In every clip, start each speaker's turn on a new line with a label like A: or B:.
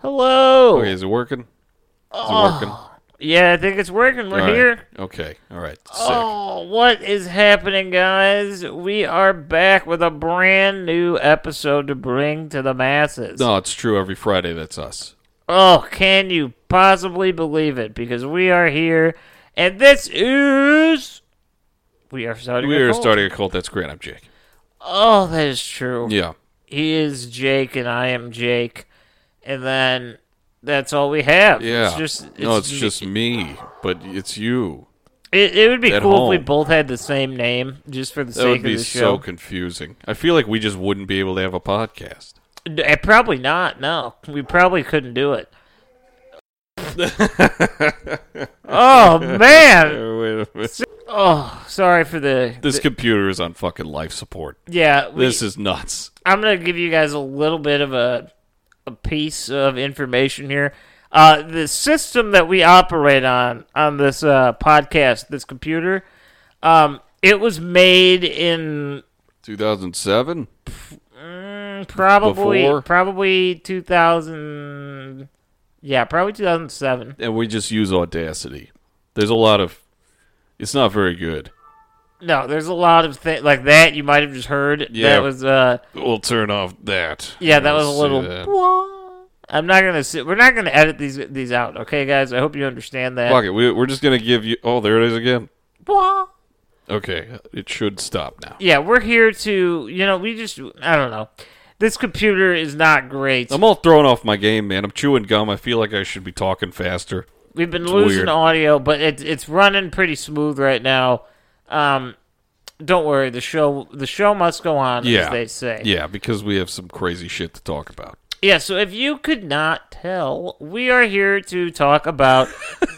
A: Hello.
B: Okay, Oh, is it working? Is it working?
A: Yeah, I think it's working. Oh, We're
B: All right.
A: here.
B: Okay. All right. Sick.
A: Oh, what is happening, guys? We are back with a brand new episode to bring to the masses.
B: No, it's true. Every Friday, that's us.
A: Oh, can you possibly believe it? Because we are here, and this is. We are starting.
B: We
A: a
B: are
A: cult.
B: starting a cult. That's great. I'm Jake.
A: Oh, that is true.
B: Yeah.
A: He is Jake, and I am Jake, and then that's all we have.
B: Yeah.
A: It's just. It's
B: no, it's
A: me-
B: just me, but it's you.
A: It, it would be
B: at
A: cool if we
B: home.
A: both had the same name, just for the
B: That
A: sake
B: would be
A: of the
B: so
A: show.
B: confusing. I feel like we just wouldn't be able to have a podcast.
A: D- eh, probably not. No, we probably couldn't do it. oh man!
B: Uh, wait a minute.
A: Oh, sorry for the.
B: This computer is on fucking life support.
A: yeah, we-
B: This is nuts.
A: I'm gonna give you guys a little bit of a a piece of information here. Uh, the system that we operate on on this uh, podcast, this computer, um, it was made in
B: 2007?
A: mm, probably
B: Before?
A: probably 2000. Yeah, probably 2007.
B: And we just use Audacity. There's a lot of. It's not very good.
A: No, there's a lot of things like that you might have just heard.
B: Yeah.
A: That was uh,
B: We'll turn off that.
A: yeah, that was
B: Let's
A: a
B: see
A: little.
B: that.
A: I'm not gonna. sit- We're not gonna edit these these out, okay, guys. I hope you understand that.
B: Fuck it. We, we're just gonna give you. Oh, there it is again.
A: Blah.
B: Okay, it should stop now.
A: yeah, we're here to, you know, we just, I don't know. This computer is not great.
B: I'm all thrown off my game, man. I'm chewing gum. I feel like I should be talking faster.
A: We've been losing
B: weird.
A: audio, but it, it's running pretty smooth right now. Um, don't worry, the show the show must go on,
B: Yeah,
A: as they say.
B: Yeah, because we have some crazy shit to talk about.
A: Yeah, so if you could not tell, we are here to talk about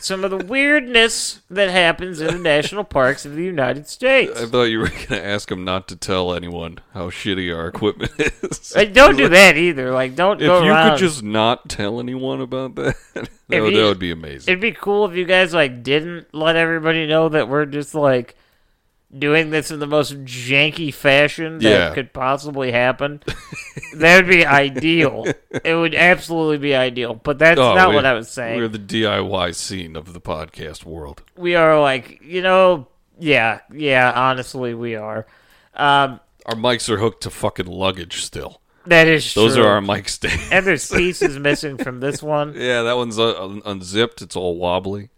A: some of the weirdness that happens in the national parks of the United States.
B: I thought you were gonna ask him not to tell anyone how shitty our equipment is.
A: Like, Uh, don't do that either. Like, don't
B: If
A: go
B: you
A: around.
B: could just not tell anyone about that, that,
A: If
B: would,
A: you-
B: that would be amazing.
A: It'd be cool if you guys like didn't let everybody know that we're just like doing this in the most janky fashion that
B: Yeah.
A: could possibly happen. that would be ideal. It would absolutely be ideal. But that's
B: Oh,
A: not
B: we-
A: what I was
B: We're
A: saying.
B: the DIY scene of the podcast world.
A: We are like, you know, yeah, yeah, honestly we are. Um
B: Our mics are hooked to fucking luggage still.
A: that is
B: Those
A: true.
B: are our mic stands.
A: and there's pieces missing from this one.
B: Yeah, that one's un- un- unzipped. It's all wobbly.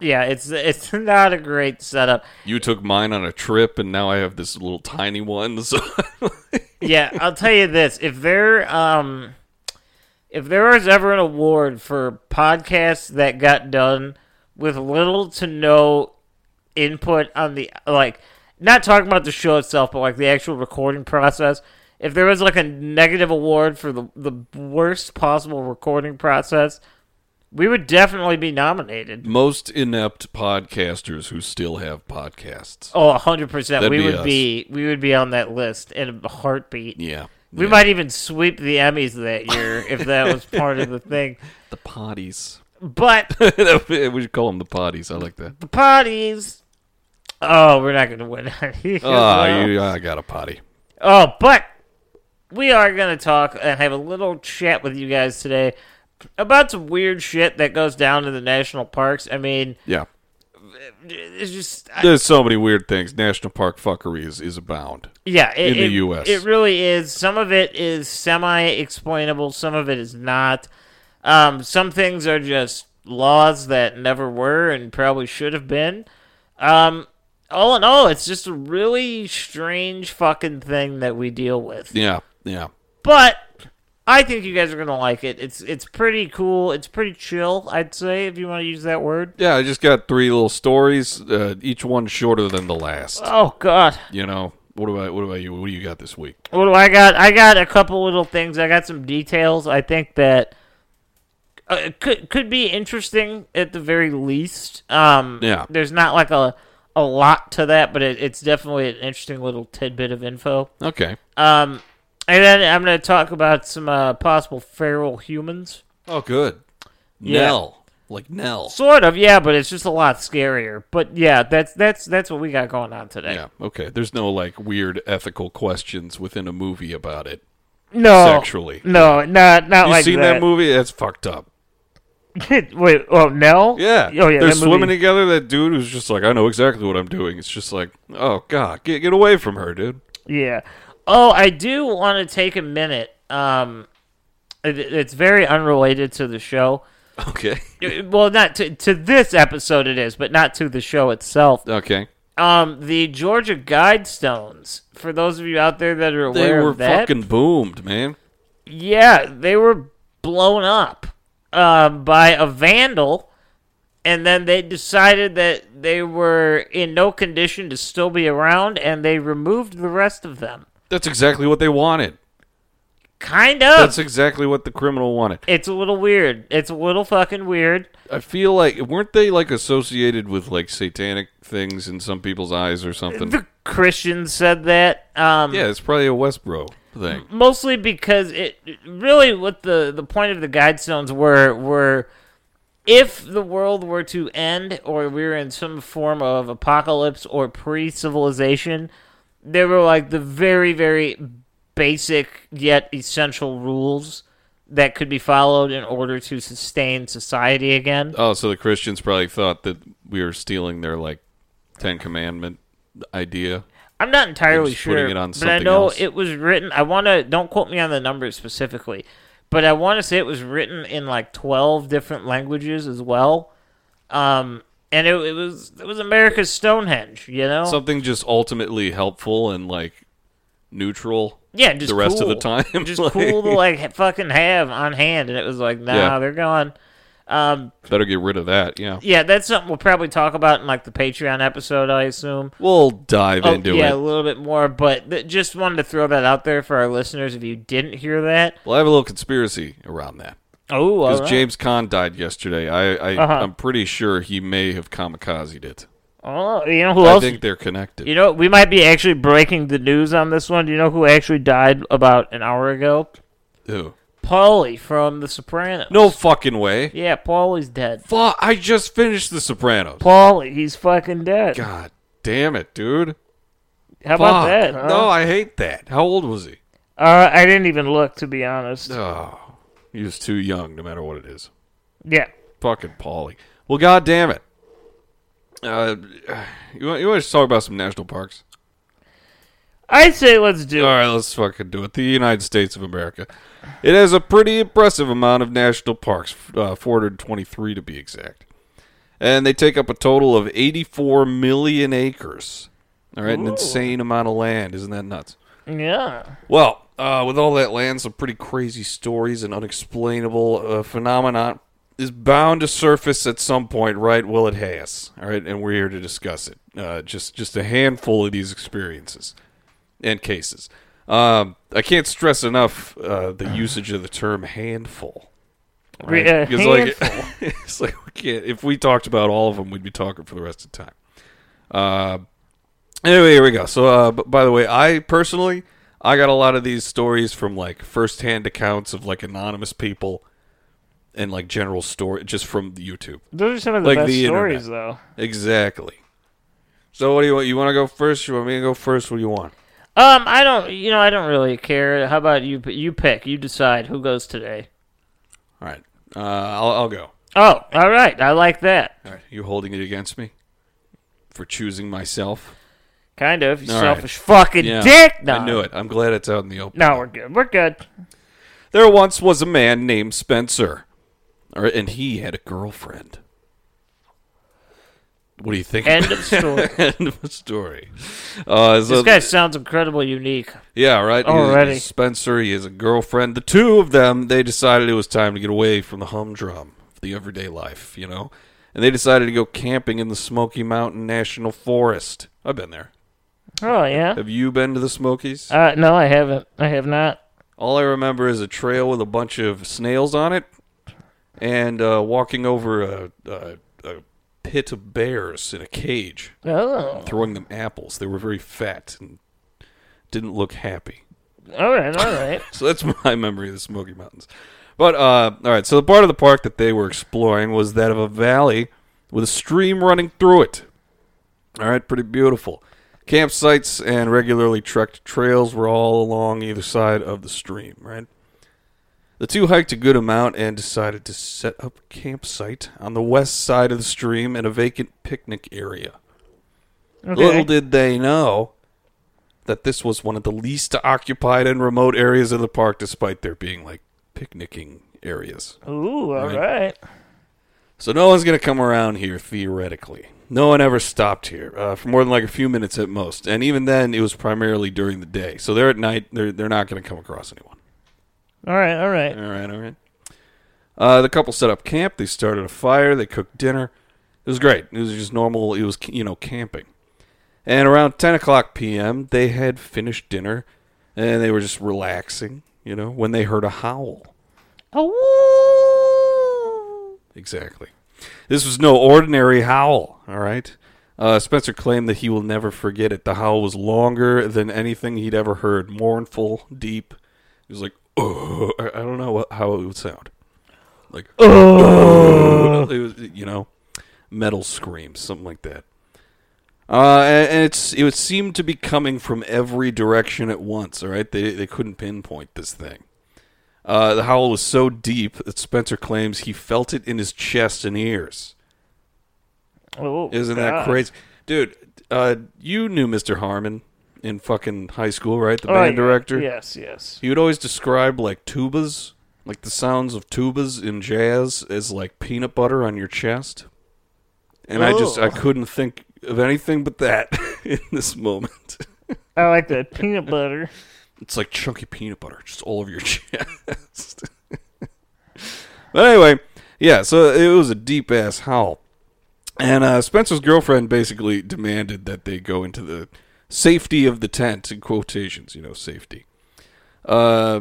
A: Yeah, it's it's not a great setup.
B: You took mine on a trip, and now I have this little tiny one. So
A: yeah, I'll tell you this: if there, um, if there was ever an award for podcasts that got done with little to no input on the like, not talking about the show itself, but like the actual recording process. If there was like a negative award for the the worst possible recording process, we would definitely be nominated.
B: most inept podcasters who still have podcasts.
A: Oh, 100%.
B: That'd
A: We
B: be
A: would
B: us.
A: be we would be on that list in a heartbeat.
B: Yeah,
A: We
B: yeah.
A: might even sweep the Emmys that year if that was part of the thing.
B: the potties.
A: But
B: we should call them the potties. I like that.
A: the parties Oh, we're not going to win. uh,
B: Ah, you, I got a potty.
A: Oh, but we are going to talk and have a little chat with you guys today about some weird shit that goes down in the national parks. I mean,
B: Yeah.
A: it's just I-
B: There's so many weird things. National park fuckery is, is abound.
A: yeah, it,
B: In the
A: it-
B: US.
A: it really is. Some of it is semi-explainable, some of it is not. Um, some things are just laws that never were and probably should have been. Um, all in all, it's just a really strange fucking thing that we deal with.
B: Yeah. Yeah.
A: but I think you guys are gonna like it. It's it's pretty cool. It's pretty chill, I'd say, if you want to use that word.
B: Yeah, I just got three little stories, uh, each one shorter than the last.
A: Oh God,
B: You know, what about what about you? What do you got this week?
A: what do I got? I got a couple little things. I got some details. I think that uh, it could could be interesting at the very least. Um,
B: Yeah.
A: there's not like a a lot to that, but it, it's definitely an interesting little tidbit of info.
B: Okay.
A: Um, and then I'm gonna talk about some uh, possible feral humans.
B: Oh, good.
A: Yeah.
B: Nell, like Nell.
A: Sort of, yeah, but it's just a lot scarier. But yeah, that's that's that's what we got going on today.
B: Yeah. Okay. There's no like weird ethical questions within a movie about it.
A: No,
B: Sexually.
A: No, not not
B: You
A: like
B: seen that,
A: that.
B: movie? That's fucked up.
A: Wait, oh no.
B: Yeah.
A: Oh yeah.
B: They're
A: that movie-
B: swimming together. That dude was just like, I know exactly what I'm doing. It's just like, oh god, get get away from her, dude.
A: Yeah. Oh, I do want to take a minute. Um, it, it's very unrelated to the show. Uh,
B: Okay.
A: Well, not to to this episode it is, but not to the show itself.
B: Okay.
A: Um, the Georgia Guidestones. For those of you out there that are
B: They
A: aware
B: were
A: of that,
B: fucking boomed, man.
A: Yeah, they were blown up um, by a vandal, and then they decided that they were in no condition to still be around, and they removed the rest of them.
B: That's exactly what they wanted.
A: Kind of.
B: That's exactly what the criminal wanted.
A: it's a little weird. It's a little fucking weird.
B: I feel like weren't they like associated with like satanic things in some people's eyes or something?
A: The Christians said that. Um,
B: yeah, it's probably a Westboro thing.
A: mostly because it really what the the point of the guidestones were were if the world were to end or we were in some form of apocalypse or pre-civilization they were like the very very basic yet essential rules that could be followed in order to sustain society again
B: Oh, so the Christians probably thought that we were stealing their like Ten Commandment idea.
A: I'm not entirely
B: just putting
A: sure,
B: it on
A: but I
B: something
A: know
B: else.
A: it was written. I want to don't quote me on the numbers specifically, but I want to say it was written in like 12 different languages as well. Um, and it, it was it was America's Stonehenge, you know?
B: Something just ultimately helpful and like neutral.
A: yeah, just
B: the rest of the
A: cool.
B: time,
A: just
B: like-
A: cool to like ha- fucking have on hand. And it was like, nah,
B: Yeah.
A: they're gone. Um,
B: Better get rid of that. Yeah,
A: yeah, that's something we'll probably talk about in like the Patreon episode, I assume.
B: we'll dive
A: Oh,
B: into
A: yeah, a
B: it.
A: little bit more, but th- just wanted to throw that out there for our listeners if you didn't hear that.
B: We'll have a little conspiracy around that
A: Oh, all
B: because
A: right. Uh-huh.
B: James Caan died yesterday. I, I I'm pretty sure he may have kamikazed it.
A: Oh, you know who
B: I
A: else?
B: think they're connected.
A: you know, we might be actually breaking the news on this one. Do you know who actually died about an hour ago?
B: Ew.
A: Paulie from The Sopranos.
B: No fucking way.
A: Yeah, Paulie's dead.
B: Fuck, I just finished The Sopranos.
A: Paulie, he's fucking dead.
B: God damn it, dude.
A: How about
B: Fuck.
A: that? Huh?
B: No, I hate that. How old was he?
A: uh, I didn't even look, to be honest.
B: Oh, he was too young, no matter what it is.
A: Yeah.
B: Fucking Paulie. Well, god damn it. Uh, you want, you want to talk about some national parks?
A: I'd say let's do
B: All
A: it.
B: right, let's fucking do it. The United States of America. It has a pretty impressive amount of national parks, uh, 423 to be exact. And they take up a total of 84 million acres. All right, an insane amount of land. Isn't that nuts?
A: Yeah.
B: Well, uh, with all that land, some pretty crazy stories and unexplainable uh, phenomenon is bound to surface at some point, right? Well, it has. All right, and we're here to discuss it. Uh, just just a handful of these experiences and cases. Um, I can't stress enough uh, the usage of the term handful.
A: Re- uh,
B: Because like,
A: handful.
B: it's like we can't. If we talked about all of them, we'd be talking for the rest of the time. Uh, anyway, here we go. So, uh, b- by the way, I personally, I got a lot of these stories from like firsthand accounts of like anonymous people and like general story just from YouTube.
A: Those are some of the
B: like
A: best
B: the
A: stories,
B: internet.
A: though.
B: Exactly. So what do you want? You want to go first? You want me to go first? What do you want?
A: Um, I don't. You know, I don't really care. How about you? You pick. You decide who goes today.
B: All right. Uh, I'll, I'll go.
A: Oh, all right. I like that.
B: All right. You holding it against me for choosing myself?
A: Kind of. You
B: All right.
A: selfish fucking dick. No,
B: I knew it. I'm glad it's out in the open.
A: No, we're good. We're good.
B: There once was a man named Spencer, All right, and he had a girlfriend. What do you think?
A: End of story.
B: End of story. Uh, so
A: this guy sounds incredibly unique.
B: Yeah, right. He's-
A: Already.
B: he's Spencer, he has a girlfriend. The two of them, they decided it was time to get away from the humdrum, the everyday life, you know? And they decided to go camping in the Smoky Mountain National Forest. I've been there.
A: Oh yeah.
B: Have you been to the Smokies?
A: Uh, no, I haven't. I have not.
B: All I remember is a trail with a bunch of snails on it and uh, walking over a, a, a pit of bears in a cage,
A: Oh,
B: throwing them apples. They were very fat and didn't look happy.
A: all right, all right.
B: So that's my memory of the Smoky Mountains. But uh, all right, so the part of the park that they were exploring was that of a valley with a stream running through it. All right, pretty beautiful. Campsites and regularly trekked trails were all along either side of the stream. Right. The two hiked a good amount and decided to set up campsite on the west side of the stream in a vacant picnic area.
A: Okay.
B: Little did they know that this was one of the least occupied and remote areas of the park, despite there being like picnicking areas.
A: Ooh, all
B: Right.
A: right.
B: So no one's going to come around here, theoretically. No one ever stopped here uh, for more than like a few minutes at most. And even then, it was primarily during the day. So they're at night, they're, they're not going to come across anyone.
A: All right, all right.
B: All right, all right. Uh, the couple set up camp. They started a fire. They cooked dinner. It was great. It was just normal. It was you know camping. And around ten o'clock p.m., they had finished dinner, and they were just relaxing. You know, when they heard a howl.
A: Oh.
B: Exactly. This was no ordinary howl, all right? Uh, Spencer claimed that he will never forget it. The howl was longer than anything he'd ever heard, mournful, deep. It was like, oh, I I don't know what, how it would sound. Like, oh, it was, you know, metal screams, something like that. Uh, and and it's it would seem to be coming from every direction at once. All right, they they couldn't pinpoint this thing. Uh, the howl was so deep that Spencer claims he felt it in his chest and ears.
A: Oh,
B: Isn't that
A: God.
B: crazy, dude? Uh, you knew Mr. Harmon in fucking high school, right? The
A: Oh,
B: band
A: yeah.
B: director.
A: Yes, yes.
B: He would always describe like tubas, like the sounds of tubas in jazz, as like peanut butter on your chest. And I just I couldn't think of anything but that in this moment.
A: I like that peanut butter.
B: It's like chunky peanut butter just all over your chest. but anyway, yeah, so it was a deep ass howl. And uh, Spencer's girlfriend basically demanded that they go into the safety of the tent, in quotations, you know, safety. Uh,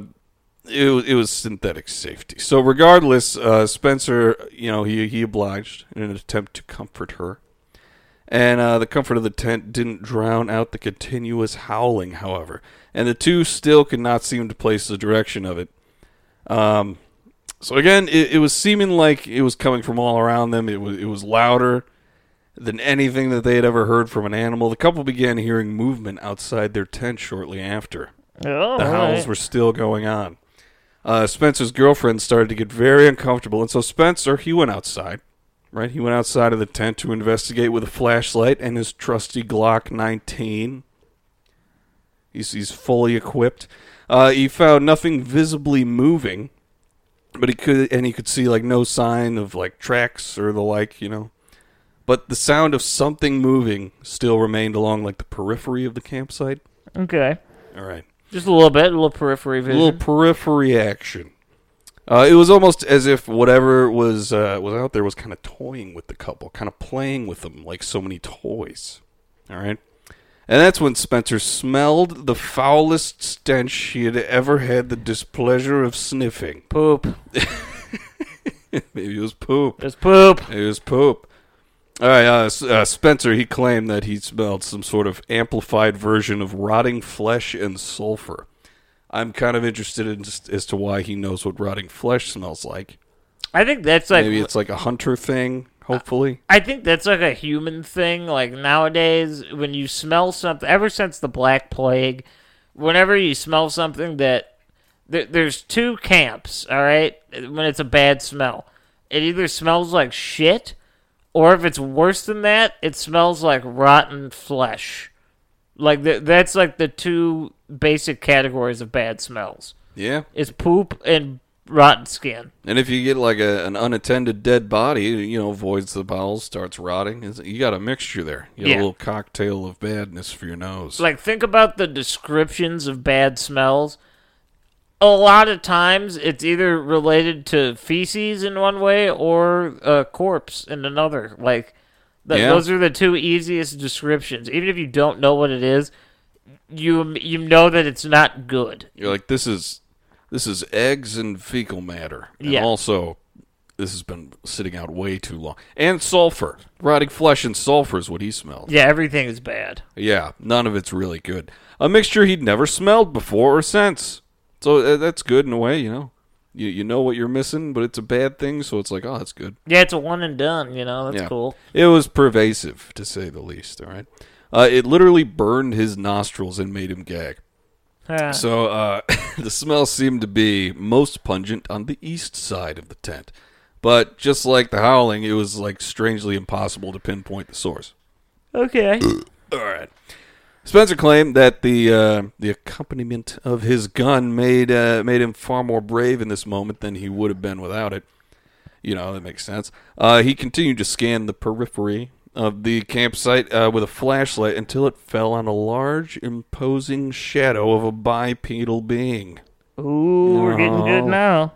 B: it, wa- it was synthetic safety. So, regardless, uh, Spencer, you know, he, he obliged in an attempt to comfort her. And uh, the comfort of the tent didn't drown out the continuous howling, however, and the two still could not seem to place the direction of it. Um, so again, it, it was seeming like it was coming from all around them. It was it was louder than anything that they had ever heard from an animal. The couple began hearing movement outside their tent shortly after.
A: Oh, all
B: The howls
A: right.
B: were still going on. Uh, Spencer's girlfriend started to get very uncomfortable, and so Spencer he went outside. Right, he went outside of the tent to investigate with a flashlight and his trusty Glock 19. He's, he's fully equipped. Uh, he found nothing visibly moving, but he could and he could see like no sign of like tracks or the like, you know. But the sound of something moving still remained along like the periphery of the campsite.
A: Okay.
B: All right.
A: Just a little bit, a little periphery
B: A
A: vision.
B: little periphery action. Uh, it was almost as if whatever was uh, was out there was kind of toying with the couple, kind of playing with them like so many toys. All right, and that's when Spencer smelled the foulest stench he had ever had the displeasure of sniffing.
A: poop.
B: Maybe it was poop.
A: It's poop.
B: It was poop. All right, uh, S- uh, Spencer. He claimed that he smelled some sort of amplified version of rotting flesh and sulfur. I'm kind of interested in s- as to why he knows what rotting flesh smells like.
A: I think that's like Uh,
B: Maybe it's like a hunter thing. Hopefully,
A: I think that's like a human thing. Like nowadays, when you smell something, ever since the Black Plague, whenever you smell something that there, there's two camps. All right, when it's a bad smell, it either smells like shit, or if it's worse than that, it smells like rotten flesh. Like th that's like the two basic categories of bad smells:
B: yeah.
A: is poop and rotten skin.
B: And if you get like a, an unattended dead body, you know, voids the bowels, starts rotting. It's- You got a mixture there. You got
A: Yeah.
B: a little cocktail of badness for your nose.
A: like think about the descriptions of bad smells a lot of times it's either related to feces in one way or a corpse in another like th-
B: Yeah.
A: those are the two easiest descriptions even if you don't know what it is you you know that it's not good
B: You're like, this is this is eggs and fecal matter. And
A: Yeah.
B: also, this has been sitting out way too long. And sulfur, rotting flesh and sulfur is what he smelled.
A: yeah everything is bad
B: Yeah, none of it's really good. A mixture he'd never smelled before or since. So uh, that's good in a way, you know. You you know what you're missing, but it's a bad thing, so it's like, oh, that's good.
A: yeah it's a one and done you know that's
B: yeah.
A: cool
B: It was pervasive, to say the least. All right, uh, it literally burned his nostrils and made him gag.
A: Ah,
B: So uh, the smell seemed to be most pungent on the east side of the tent, but just like the howling, it was like strangely impossible to pinpoint the source.
A: okay
B: All right. Spencer claimed that the uh, the accompaniment of his gun made uh, made him far more brave in this moment than he would have been without it. You know that makes sense. Uh, he continued to scan the periphery of the campsite uh, with a flashlight until it fell on a large, imposing shadow of a bipedal being.
A: ooh we're getting good now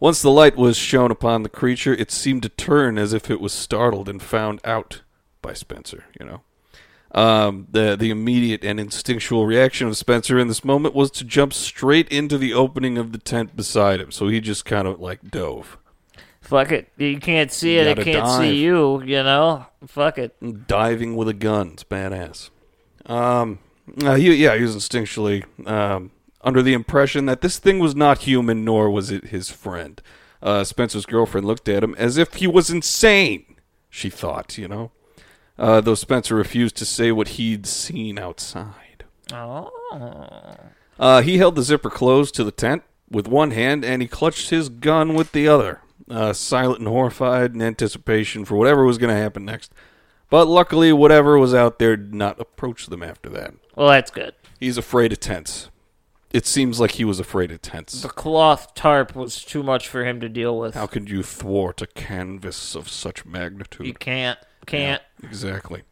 B: Once the light was shone upon the creature, it seemed to turn as if it was startled and found out by Spencer, you know. Um, the the immediate and instinctual reaction of Spencer in this moment was to jump straight into the opening of the tent beside him. So he just kind of like dove,
A: fuck it you can't see
B: You
A: it it
B: gotta
A: can't
B: dive.
A: see you you know fuck it
B: diving with a gun. It's badass. Um, uh, he, yeah, he was instinctually um, under the impression that this thing was not human, nor was it his friend. Uh, Spencer's girlfriend looked at him as if he was insane. She thought, you know, uh, though Spencer refused to say what he'd seen outside.
A: oh
B: Uh, he held the zipper closed to the tent with one hand, and he clutched his gun with the other, uh, silent and horrified in anticipation for whatever was going to happen next. But luckily, whatever was out there did not approach them after that.
A: Well, that's good.
B: He's afraid of tents. It seems like he was afraid of tents.
A: The cloth tarp was too much for him to deal with.
B: How could you thwart a canvas of such magnitude?
A: You can't, can't.
B: Exactly.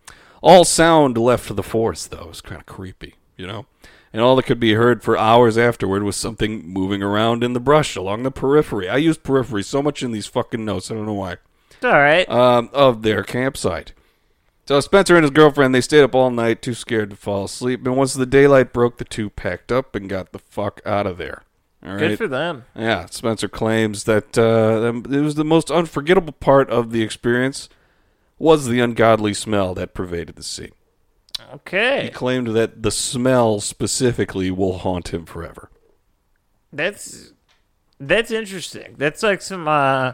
B: All sound left the forest, though. It was kind of creepy, you know? And all that could be heard for hours afterward was something moving around in the brush along the periphery. I use periphery so much in these fucking notes. I don't know why.
A: It's all right.
B: Um, of their campsite. So Spencer and his girlfriend, they stayed up all night, too scared to fall asleep. And once the daylight broke, the two packed up and got the fuck out of there. All right.
A: good for them.
B: Yeah, Spencer claims that uh, it was the most unforgettable part of the experience was the ungodly smell that pervaded the scene. He
A: Okay,
B: claimed that the smell specifically will haunt him forever.
A: that's that's interesting. That's like some, uh,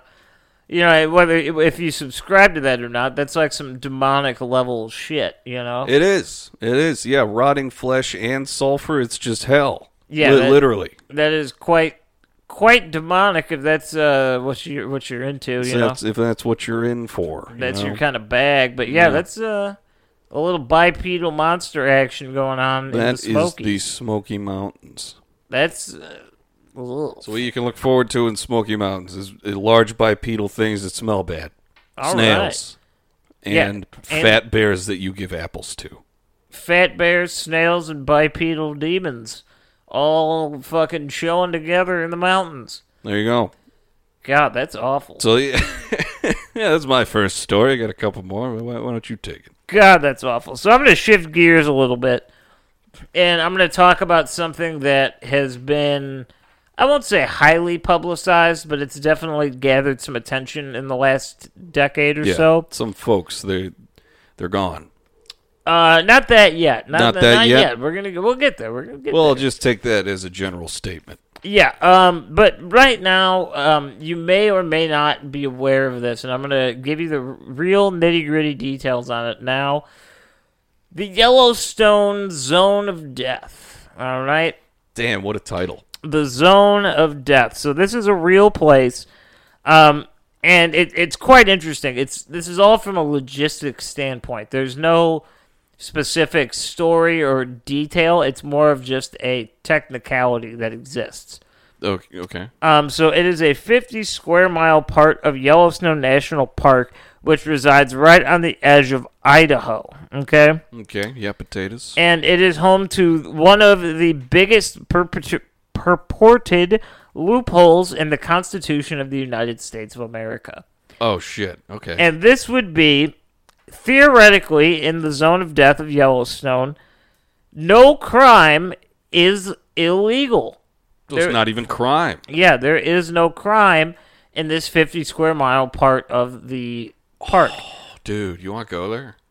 A: you know, whether if you subscribe to that or not, that's like some demonic level shit. You know,
B: It is. It is. Yeah, rotting flesh and sulfur. It's just hell.
A: Yeah,
B: Li-
A: that-
B: literally.
A: that is quite quite demonic. If that's uh, what you what you're into, you
B: So
A: know,
B: that's- if that's what you're in for. you
A: that's your
B: know?
A: kind of bag. But yeah, that's uh, a little bipedal monster action going on in the
B: That is
A: Smokies.
B: the Smoky Mountains.
A: That's uh, ugh.
B: So what you can look forward to in Smoky Mountains is uh, large bipedal things that smell bad.
A: All
B: Snails.
A: Yeah,
B: And
A: and-
B: fat bears that you give apples to.
A: fat bears, snails, and bipedal demons all fucking showing together in the mountains.
B: There you go.
A: God, that's awful.
B: So yeah, yeah that's my first story. I got a couple more. Why, why don't you take it?
A: God, that's awful. So I'm going to shift gears a little bit, and I'm going to talk about something that has been. I won't say highly publicized, but it's definitely gathered some attention in the last decade or
B: Yeah,
A: so.
B: some folks they they're gone.
A: Uh, not that yet. Not,
B: Not that
A: not
B: yet.
A: We're gonna go, we'll get there. We're gonna get
B: Well,
A: there.
B: just take that as a general statement.
A: Yeah, um, but right now, um, you may or may not be aware of this, and I'm going to give you the r- real nitty gritty details on it now. The Yellowstone Zone of Death. All right?
B: Damn, what a title.
A: The Zone of Death. So this is a real place, um, and it, it's quite interesting. It's This is all from a logistics standpoint. There's no specific story or detail, it's more of just a technicality that exists.
B: Okay. okay.
A: Um, so it is a 50 square mile part of Yellowstone National Park, which resides right on the edge of Idaho. Okay,
B: Okay. Yeah, potatoes.
A: and it is home to one of the biggest purportu- purported loopholes in the Constitution of the United States of America.
B: oh, shit. Okay.
A: And this would be theoretically in the zone of death of Yellowstone. No crime is illegal.
B: So it's not even crime.
A: Yeah, there is no crime in this 50 square mile part of the park.
B: Dude, you want to go there?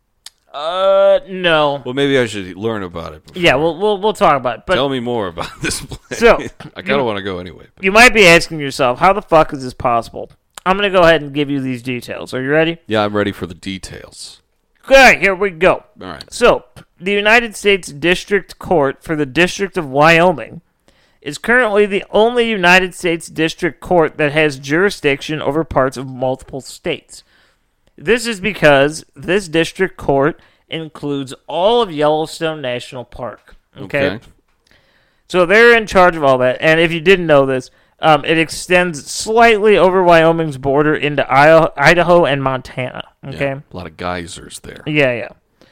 A: Uh, no.
B: Well, maybe I should learn about it. before-
A: Yeah, we'll we'll, we'll talk about it. But
B: Tell me more about this place.
A: So,
B: I kind of want to go anyway. but-
A: you might be asking yourself, how the fuck is this possible? I'm gonna go ahead and give you these details. Are you ready?
B: Yeah, I'm ready for the details.
A: Okay, here we go.
B: All right.
A: So, the United States District Court for the District of Wyoming is currently the only United States District Court that has jurisdiction over parts of multiple states. This is because this district court includes all of Yellowstone National Park. Okay. So they're in charge of all that. And if you didn't know this, um, it extends slightly over Wyoming's border into Io- Idaho and Montana.
B: Yeah,
A: Okay.
B: A lot of geysers there.
A: Yeah, yeah.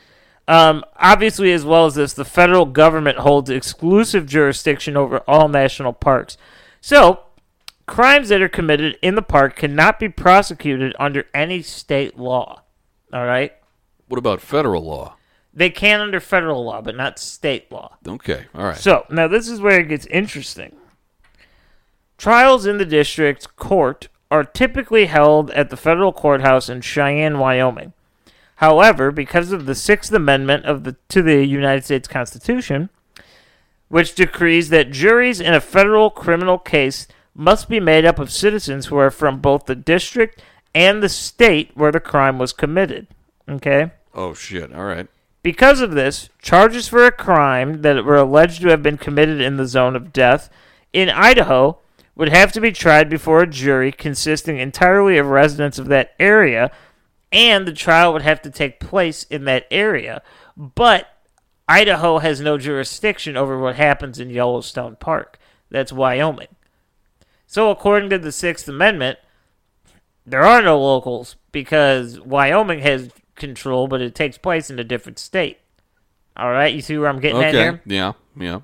A: Um, obviously, as well as this, the federal government holds exclusive jurisdiction over all national parks. So, crimes that are committed in the park cannot be prosecuted under any state law. All right?
B: What about federal law?
A: They can under federal law, but not state law.
B: Okay. All right.
A: So now this is where it gets interesting. Trials in the district court are typically held at the federal courthouse in Cheyenne, Wyoming. However, because of the Sixth Amendment of the to the United States Constitution, which decrees that juries in a federal criminal case must be made up of citizens who are from both the district and the state where the crime was committed. Okay?
B: oh, shit. All right.
A: Because of this, charges for a crime that were alleged to have been committed in the zone of death in Idaho would have to be tried before a jury consisting entirely of residents of that area, and the trial would have to take place in that area. But Idaho has no jurisdiction over what happens in Yellowstone Park. That's Wyoming. So, according to the Sixth Amendment, there are no locals because Wyoming has control, but it takes place in a different state. All right, you see where I'm getting at
B: Okay.
A: here?
B: Yeah. Yeah.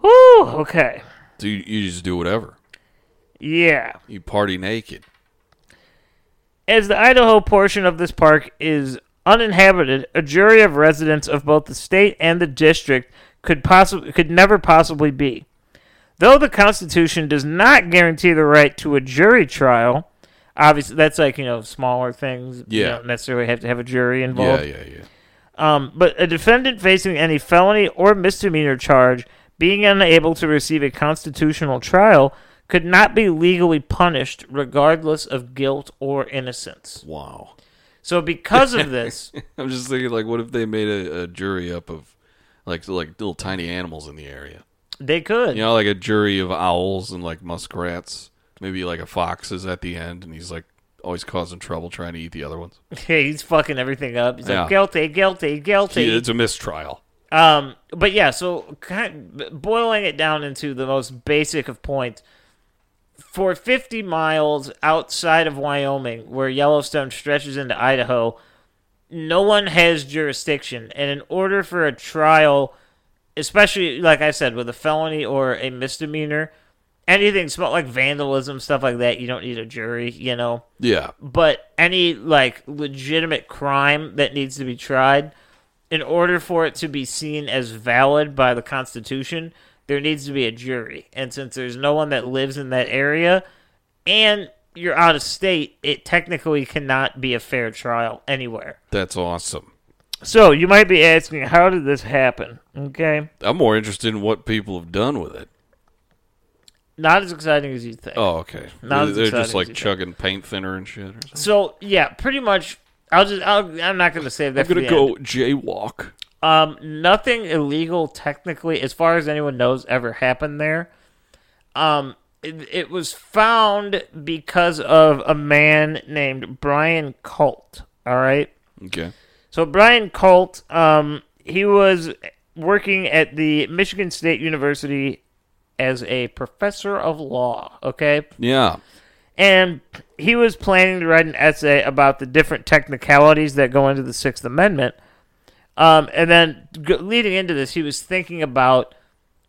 A: Whew, okay.
B: So you, you just do whatever.
A: Yeah.
B: You party naked.
A: As the Idaho portion of this park is uninhabited, a jury of residents of both the state and the district could possibly could never possibly be. Though the Constitution does not guarantee the right to a jury trial, obviously that's like you know smaller things. You
B: Yeah.
A: don't necessarily have to have a jury involved.
B: Yeah, yeah, yeah.
A: Um, but a defendant facing any felony or misdemeanor charge being unable to receive a constitutional trial could not be legally punished regardless of guilt or innocence.
B: Wow.
A: So because of this,
B: I'm just thinking, like, what if they made a, a jury up of, like, like little tiny animals in the area?
A: they could.
B: You know, like a jury of owls and like muskrats. Maybe like a fox is at the end, and he's like always causing trouble trying to eat the other ones.
A: Yeah, he's fucking everything up. He's
B: Yeah.
A: like guilty, guilty, guilty.
B: It's a mistrial.
A: Um, but yeah, so kind boiling it down into the most basic of points. For 50 miles outside of Wyoming, where Yellowstone stretches into Idaho, no one has jurisdiction. And in order for a trial, especially, like I said, with a felony or a misdemeanor, anything small, like vandalism, stuff like that, you don't need a jury, you know?
B: Yeah,
A: but any like legitimate crime that needs to be tried in order for it to be seen as valid by the constitution there needs to be a jury and since there's no one that lives in that area and you're out of state it technically cannot be a fair trial anywhere
B: that's awesome.
A: so you might be asking how did this happen okay
B: I'm more interested in what people have done with it.
A: Not as exciting as you think.
B: Oh, okay.
A: Not
B: They're-
A: as
B: They're
A: exciting
B: just
A: as
B: like
A: you think.
B: chugging paint thinner and shit. Or something.
A: So yeah, pretty much. I'll just. I'll, I'm not going to say that.
B: I'm
A: for
B: gonna
A: the end.
B: go jaywalk.
A: Um, nothing illegal technically, as far as anyone knows, ever happened there. Um, it, it was found because of a man named Brian Colt. All right.
B: Okay.
A: So Brian Colt, um, he was working at the Michigan State University as a professor of law. Okay.
B: Yeah.
A: And he was planning to write an essay about the different technicalities that go into the Sixth Amendment. Um, and then g- leading into this, he was thinking about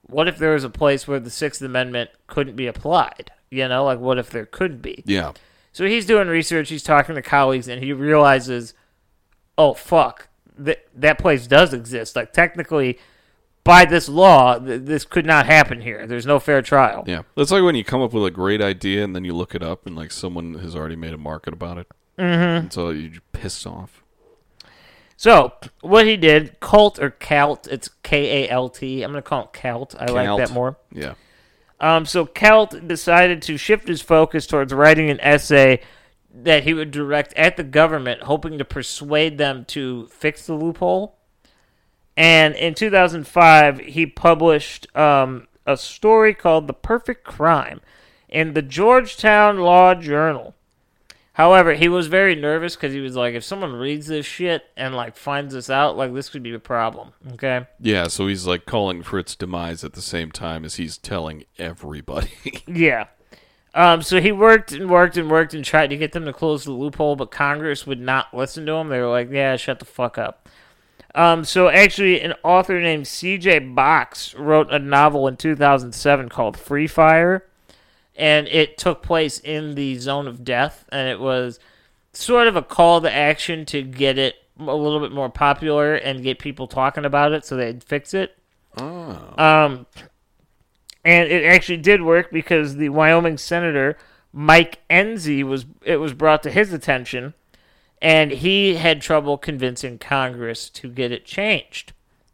A: what if there was a place where the Sixth Amendment couldn't be applied? You know, like what if there could be?
B: Yeah.
A: So he's doing research, he's talking to colleagues, and he realizes, oh, fuck, th- that place does exist. Like, technically, by this law, th- this could not happen here. There's no fair trial.
B: Yeah. That's like when you come up with a great idea and then you look it up and like someone has already made a market about it. Mm-hmm. And so you pissed off.
A: So what he did, Colt or Calt, it's K A L T. I'm gonna call it Calt. I like
B: Calt.
A: that more.
B: Yeah.
A: Um, so Calt decided to shift his focus towards writing an essay that he would direct at the government, hoping to persuade them to fix the loophole. And in 2005, he published um, a story called "The Perfect Crime" in the Georgetown Law Journal. However, he was very nervous because he was like, if someone reads this shit and like finds this out, like this could be a problem. Okay.
B: Yeah. So he's like calling for its demise at the same time as he's telling everybody.
A: Yeah. Um, so he worked and worked and worked and tried to get them to close the loophole, but Congress would not listen to him. They were like, yeah, shut the fuck up. Um, so actually, an author named C.J. Box wrote a novel in 2007 called Free Fire, and it took place in the zone of death, and it was sort of a call to action to get it a little bit more popular and get people talking about it so they'd fix it. Um, and it actually did work because the Wyoming senator Mike Enzi was it was brought to his attention, and he had trouble convincing Congress to get it changed.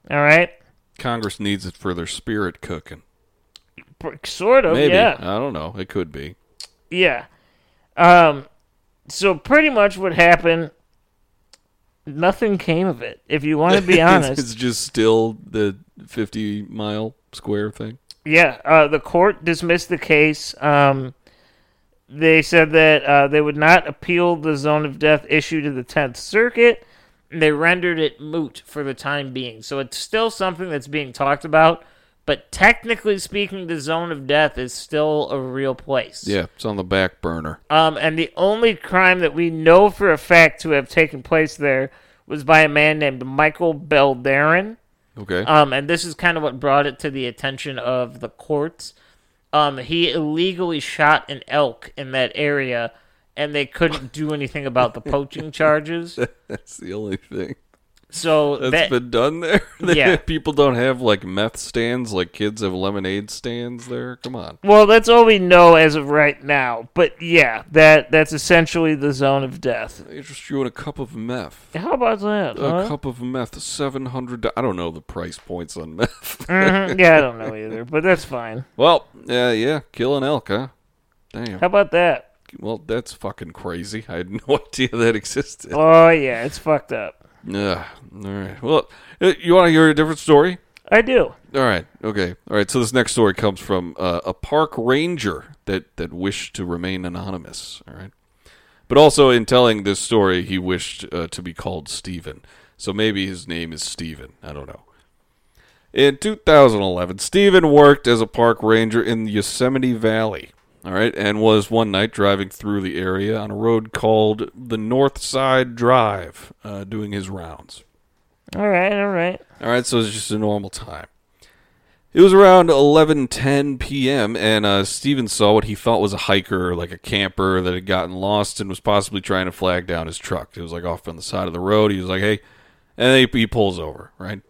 A: All right,
B: Congress needs it for their spirit cooking.
A: P- sort of,
B: Maybe.
A: Oh, yeah,
B: I don't know. It could be.
A: yeah. Um, so pretty much what happened, nothing came of it. If you want to be honest,
B: it's just still the 50 mile square thing.
A: Yeah, uh, the court dismissed the case. Um, they said that uh, they would not appeal the zone of death issue to the Tenth Circuit. And they rendered it moot for the time being. So it's still something that's being talked about, but technically speaking, the zone of death is still a real place.
B: Yeah. It's on the back burner.
A: Um, and the only crime that we know for a fact to have taken place there was by a man named Michael Beldarin.
B: Okay.
A: Um, and this is kind of what brought it to the attention of the courts. Um, he illegally shot an elk in that area, and they couldn't do anything about the poaching charges.
B: That's the only thing.
A: So
B: that's
A: that,
B: been done there.
A: Yeah.
B: people don't have like meth stands like kids have lemonade stands there. Come on.
A: well, that's all we know as of right now. But yeah, that that's essentially the zone of death.
B: Interest you in a cup of meth.
A: How about that?
B: A
A: huh?
B: cup of meth, seven hundred. I don't know the price points on meth.
A: Mhm. Yeah, I don't know either, but that's fine.
B: well, yeah, yeah, kill an elk, huh? Damn.
A: How about that?
B: Well, that's fucking crazy. I had no idea that existed.
A: Oh yeah, it's fucked up.
B: Ugh. All right. Well, uh, you want to hear a different story?
A: I do.
B: All right. Okay. All right. So this next story comes from uh, a park ranger that that wished to remain anonymous. All right. But also in telling this story, he wished uh, to be called Stephen. So maybe his name is Stephen. I don't know. In 2011, Stephen worked as a park ranger in the Yosemite Valley. All right, and was one night driving through the area on a road called the North Side Drive, uh, doing his rounds.
A: All right, all right.
B: All right, so it's just a normal time. It was around 11:10 p.m. and uh, Steven saw what he thought was a hiker, like a camper that had gotten lost and was possibly trying to flag down his truck. It was like off on the side of the road. He was like, "Hey," and he, he pulls over, right?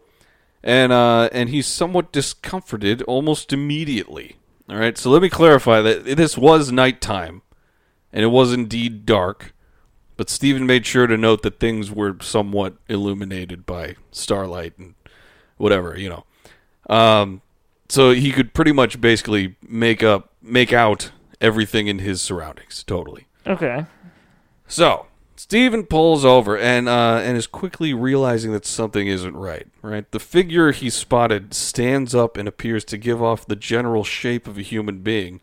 B: And uh, and he's somewhat discomforted almost immediately. All right, so let me clarify that this was nighttime, and it was indeed dark. But Stephen made sure to note that things were somewhat illuminated by starlight and whatever, you know. Um, so he could pretty much basically make up make out everything in his surroundings. Totally.
A: Okay.
B: So Steven pulls over and uh, and is quickly realizing that something isn't right. Right, the figure he spotted stands up and appears to give off the general shape of a human being.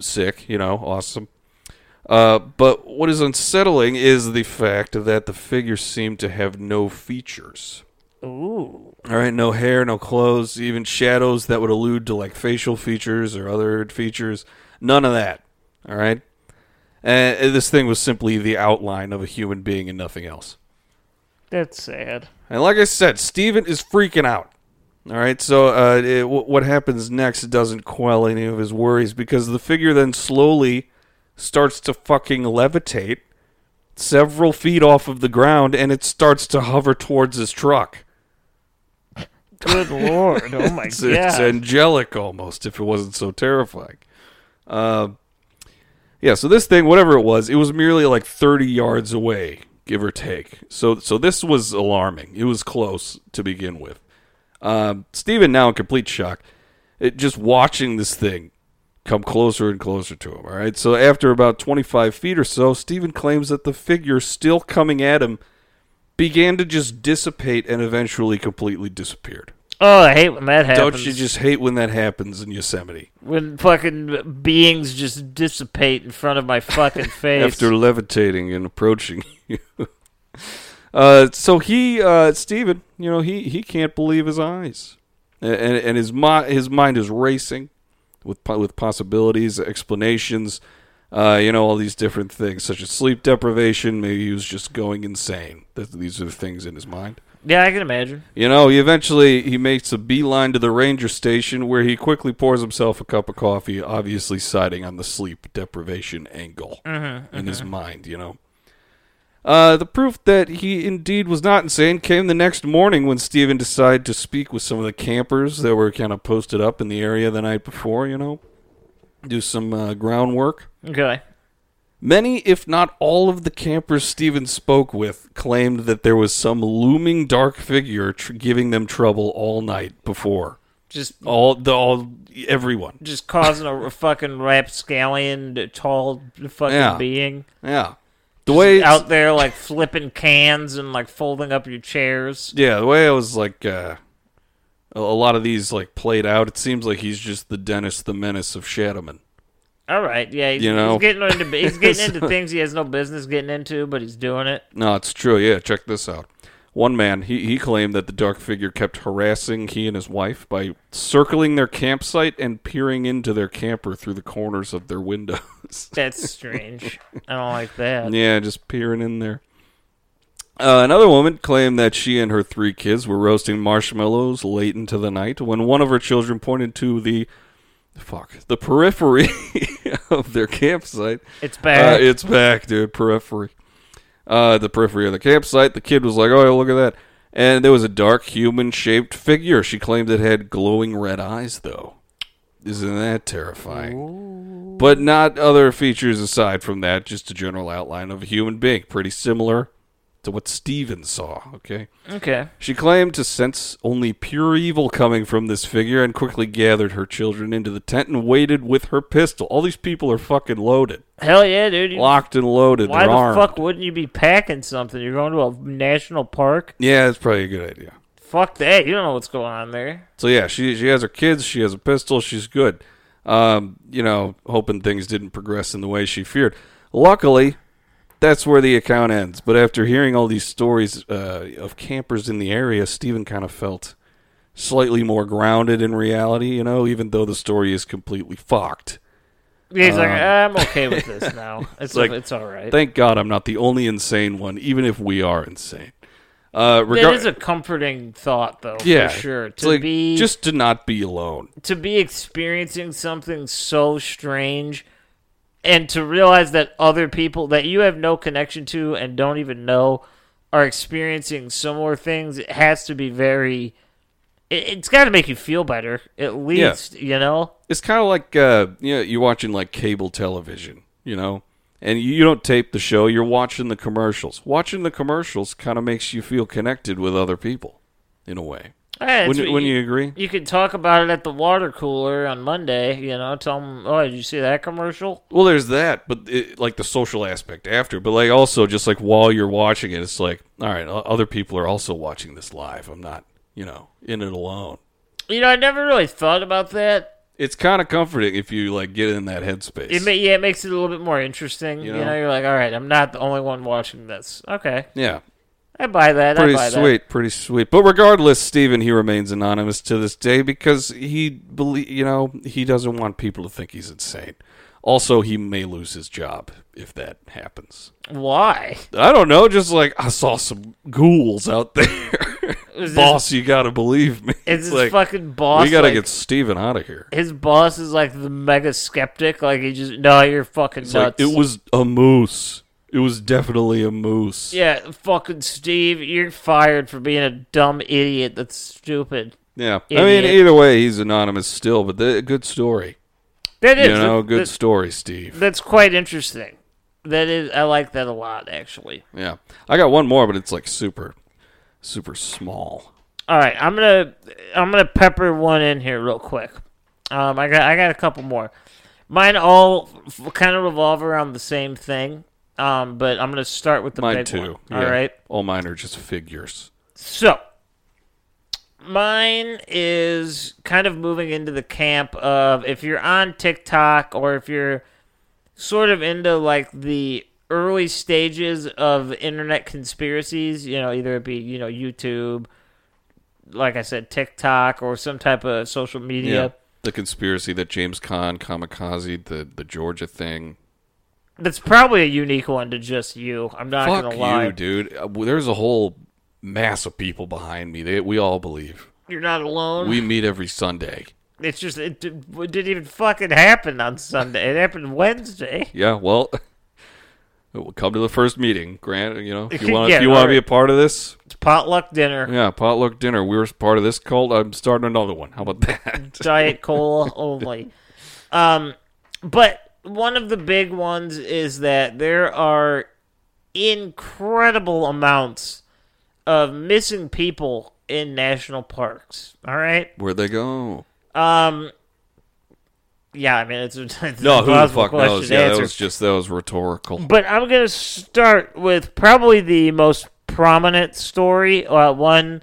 B: Sick, you know, awesome. Uh, but what is unsettling is the fact that the figure seemed to have no features.
A: Ooh.
B: All right, no hair, no clothes, even shadows that would allude to like facial features or other features. None of that. All right. And this thing was simply the outline of a human being and nothing else.
A: That's sad.
B: And like I said, Steven is freaking out. All right, so uh, it, wh- what happens next doesn't quell any of his worries because the figure then slowly starts to fucking levitate several feet off of the ground and it starts to hover towards his truck.
A: Good lord. Oh my
B: It's, it's
A: god.
B: angelic almost if it wasn't so terrifying. Uh, yeah, so this thing, whatever it was, it was merely like 30 yards away, give or take. So, so this was alarming. It was close to begin with. Um, Steven, now in complete shock, it, just watching this thing come closer and closer to him. All right, so after about 25 feet or so, Steven claims that the figure still coming at him began to just dissipate and eventually completely disappeared.
A: Oh, I hate when that happens.
B: Don't you just hate when that happens in Yosemite?
A: when fucking beings just dissipate in front of my fucking face?
B: After levitating and approaching you. uh, so he, uh, Steven, you know, he, he can't believe his eyes. A- And, and his, mi- his mind is racing with, po- with possibilities, explanations, uh, you know, all these different things, such as sleep deprivation. Maybe he was just going insane. Th- These are the things in his mind.
A: yeah, I can imagine.
B: You know, he eventually he makes a beeline to the ranger station where he quickly pours himself a cup of coffee, obviously siding on the sleep deprivation angle in his mind, you know. Uh, the proof that he indeed was not insane came the next morning when Steven decided to speak with some of the campers that were kind of posted up in the area the night before, you know, do some uh, groundwork.
A: Okay.
B: Many, if not all, of the campers Steven spoke with claimed that there was some looming dark figure tr- giving them trouble all night before.
A: Just
B: All the all everyone.
A: just causing a fucking rapscallion tall fucking
B: Yeah.
A: being
B: Yeah, the way
A: out there like flipping cans and like folding up your chairs.
B: yeah the way I was like uh, a, a lot of these like played out. It seems like he's just the Dennis the Menace of Shadowman.
A: All right, yeah, he's,
B: You know.
A: he's getting into he's getting into things he has no business getting into, but he's doing it.
B: No, it's true. Yeah, check this out. One man, he, he claimed that the dark figure kept harassing he and his wife by circling their campsite and peering into their camper through the corners of their windows.
A: That's strange. I don't like that.
B: yeah, just peering in there. Uh, another woman claimed that she and her three kids were roasting marshmallows late into the night when one of her children pointed to the fuck the periphery of their campsite
A: It's back.
B: uh, it's back, dude. Periphery. Uh, the periphery of the campsite. The kid was like, "Oh, yeah, look at that!" And there was a dark human-shaped figure. She claimed it had glowing red eyes, though. Isn't that terrifying? But not other features aside from that. Just a general outline of a human being, pretty similar to what Steven saw. Okay.
A: okay.
B: She claimed to sense only pure evil coming from this figure and quickly gathered her children into the tent and waited with her pistol. All these people are fucking loaded
A: Hell yeah, dude. You-
B: locked and loaded.
A: why
B: They're
A: the
B: armed.
A: fuck wouldn't you be packing something? You're going to a national park?
B: Yeah, that's probably a good idea.
A: Fuck that. You don't know what's going on there.
B: So yeah, she she has her kids. She has a pistol. She's good. Um, you know, hoping things didn't progress in the way she feared. Luckily, that's where the account ends. But after hearing all these stories uh, of campers in the area, Stephen kind of felt slightly more grounded in reality. You know, even though the story is completely fucked.
A: He's like, I'm okay with this now. It's
B: Um, like-
A: it's all right.
B: Thank God I'm not the only insane one, even if we are insane. Uh,
A: That
B: regard-
A: is a comforting thought, though.
B: yeah,
A: for sure.
B: It's
A: To
B: like,
A: be
B: just to not be alone.
A: to be experiencing something so strange, and to realize that other people that you have no connection to and don't even know are experiencing similar things, it has to be very. It, it's got to make you feel better, at least. You know,
B: it's kind of like uh, you know, you're watching like cable television, you know, and you, you don't tape the show. You're watching the commercials. Watching the commercials kind of makes you feel connected with other people, in a way.
A: Hey,
B: Wouldn't, wouldn't you agree?
A: You could talk about it at the water cooler on Monday. You know, tell them, oh, did you see that commercial?
B: Well, there's that, but it, like the social aspect after, but like also just like while you're watching it, it's like, all right, o- other people are also watching this live. I'm not, you know, in it alone.
A: You know, I never really thought about that.
B: It's kind of comforting if you like get in that headspace.
A: It ma- yeah, it makes it a little bit more interesting. You
B: You
A: know?
B: know?
A: you're like, all right, I'm not the only one watching this. Okay,
B: yeah,
A: I buy that.
B: pretty
A: I buy
B: sweet, pretty sweet. But regardless, Steven, he remains anonymous to this day because he believe, you know, he doesn't want people to think he's insane. Also, he may lose his job if that happens.
A: that. Why?
B: I don't know, just like I saw some ghouls out there.
A: Is this-
B: boss, you gotta believe me.
A: Is
B: It's
A: his
B: like,
A: fucking boss?
B: We gotta
A: like-
B: get Steven out of here.
A: his boss is like the mega skeptic. Like he just no, you're fucking
B: It's like
A: nuts.
B: it was a moose. It was definitely a moose.
A: yeah, fucking Steve, you're fired for being a dumb idiot. That's stupid.
B: Yeah. I
A: Idiot.
B: mean, either way, he's anonymous still, but the, good story.
A: That is
B: you know,
A: that-
B: good
A: that-
B: story, Steve.
A: That's quite interesting. That is, I like that a lot actually.
B: Yeah. I got one more, but it's like super, super small.
A: All right, I'm gonna I'm gonna pepper one in here real quick. Um, I got I got a couple more. Mine all f- kind of revolve around the same thing. Um, but I'm gonna start with the
B: Mine
A: big
B: too.
A: one. All
B: Yeah.
A: right.
B: All mine are just figures.
A: So, mine is kind of moving into the camp of if you're on TikTok or if you're sort of into like the early stages of internet conspiracies, you know, either it be, you know, YouTube, like I said, TikTok or some type of social media.
B: The conspiracy that James Caan kamikaze the the Georgia thing.
A: That's probably a unique one to just you. I'm not
B: Fuck
A: gonna lie.
B: you, dude. Uh, well, There's a whole mass of people behind me. They, we all believe.
A: You're not alone.
B: We meet every Sunday.
A: it's just it, d- it didn't even fucking happen on Sunday. It happened Wednesday.
B: Yeah, well, we'll come to the first meeting, Grant. You know, if you want,
A: Yeah,
B: if you want to be a
A: alright.
B: part of this,
A: It's potluck dinner.
B: yeah, potluck dinner. We were part of this cult. I'm starting another one. How about that?
A: diet cola only. Um, but one of the big ones is that there are incredible amounts of missing people in national parks. All right.
B: Where'd they go?
A: Um. Yeah, I mean it's, it's an
B: No, who the
A: impossible
B: fuck
A: question
B: knows?
A: to
B: Yeah, that
A: answer.
B: was just that was rhetorical.
A: But I'm gonna start with probably the most prominent story, uh, one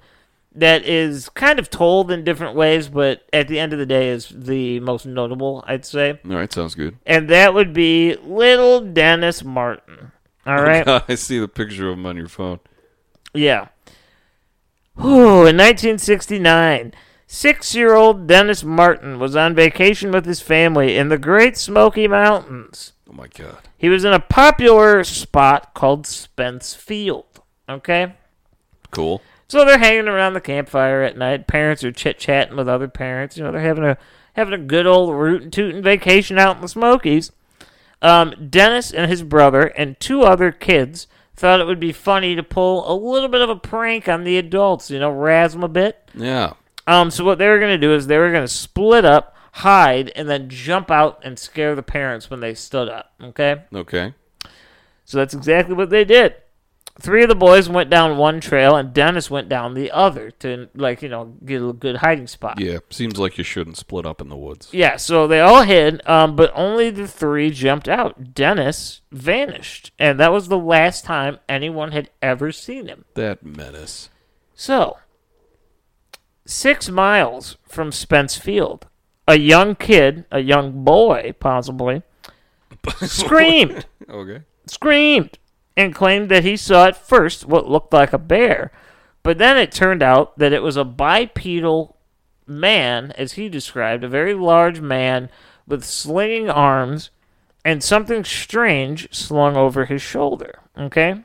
A: that is kind of told in different ways, but at the end of the day is the most notable, I'd say.
B: All right, sounds good.
A: And that would be little Dennis Martin. All
B: Oh
A: right.
B: I see the picture of him on your phone.
A: Yeah. Whew, in 1969, six year old Dennis Martin was on vacation with his family in the Great Smoky Mountains.
B: Oh my god.
A: He was in a popular spot called Spence Field. Okay?
B: Cool.
A: So they're hanging around the campfire at night. Parents are chit chatting with other parents. You know, they're having a having a good old rootin' tootin' vacation out in the Smokies. Um, Dennis and his brother and two other kids thought it would be funny to pull a little bit of a prank on the adults. You know, razz 'em a bit.
B: Yeah.
A: Um, so what they were gonna do is they were gonna split up, hide, and then jump out and scare the parents when they stood up. Okay.
B: Okay.
A: So that's exactly what they did. Three of the boys went down one trail, and Dennis went down the other to, like, you know, get a good hiding spot.
B: Yeah. Seems like you shouldn't split up in the woods.
A: Yeah, so they all hid, um, but only the three jumped out. Dennis vanished, and that was the last time anyone had ever seen him.
B: That menace.
A: So, six miles from Spence Field, a young kid, a young boy, possibly, screamed.
B: Okay.
A: screamed and claimed that he saw at first what looked like a bear, but then it turned out that it was a bipedal man, as he described, a very large man with slinging arms and something strange slung over his shoulder. Okay?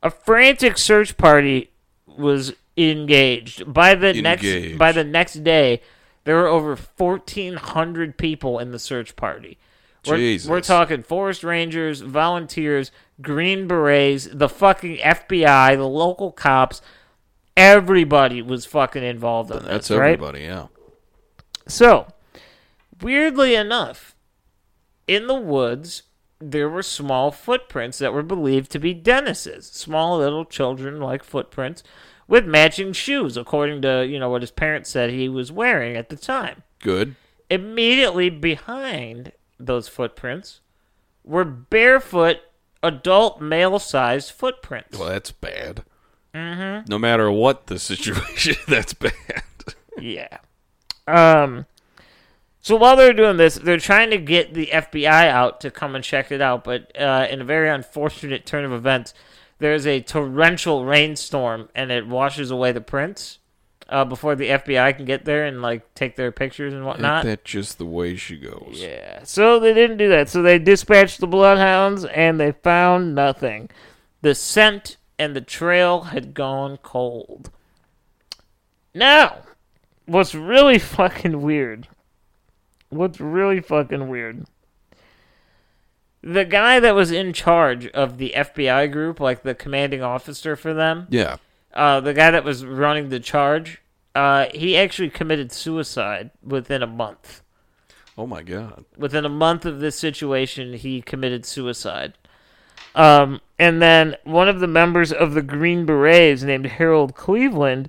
A: A frantic search party was engaged. By the next
B: Engaged.
A: by the next day, there were over 1400 people in the search party. We're,
B: Jesus.
A: we're talking forest rangers, volunteers, green berets, the fucking FBI, the local cops. Everybody was fucking involved in
B: That's
A: this, right?
B: everybody. Yeah.
A: So, weirdly enough, in the woods, there were small footprints that were believed to be Dennis's. Small little children like footprints, with matching shoes, according to you know what his parents said he was wearing at the time.
B: Good.
A: Immediately behind those footprints were barefoot adult male-sized footprints.
B: Well, that's bad. Mm-hmm. No matter what the situation, that's bad.
A: Yeah. Um. So while they're doing this, they're trying to get the FBI out to come and check it out. But uh, in a very unfortunate turn of events, there's a torrential rainstorm and it washes away the prints uh, before the FBI can get there and like take their pictures and
B: Ain't
A: whatnot.
B: that just the way she goes?
A: Yeah. So they didn't do that. So they dispatched the bloodhounds and they found nothing. The scent and the trail had gone cold. Now, what's really fucking weird? What's really fucking weird? The guy that was in charge of the FBI group, like the commanding officer for them,
B: Yeah.
A: uh, the guy that was running the charge, uh, he actually committed suicide within a month
B: Oh my god.
A: within a month of this situation, he committed suicide. Um, and then one of the members of the Green Berets, named Harold Cleveland,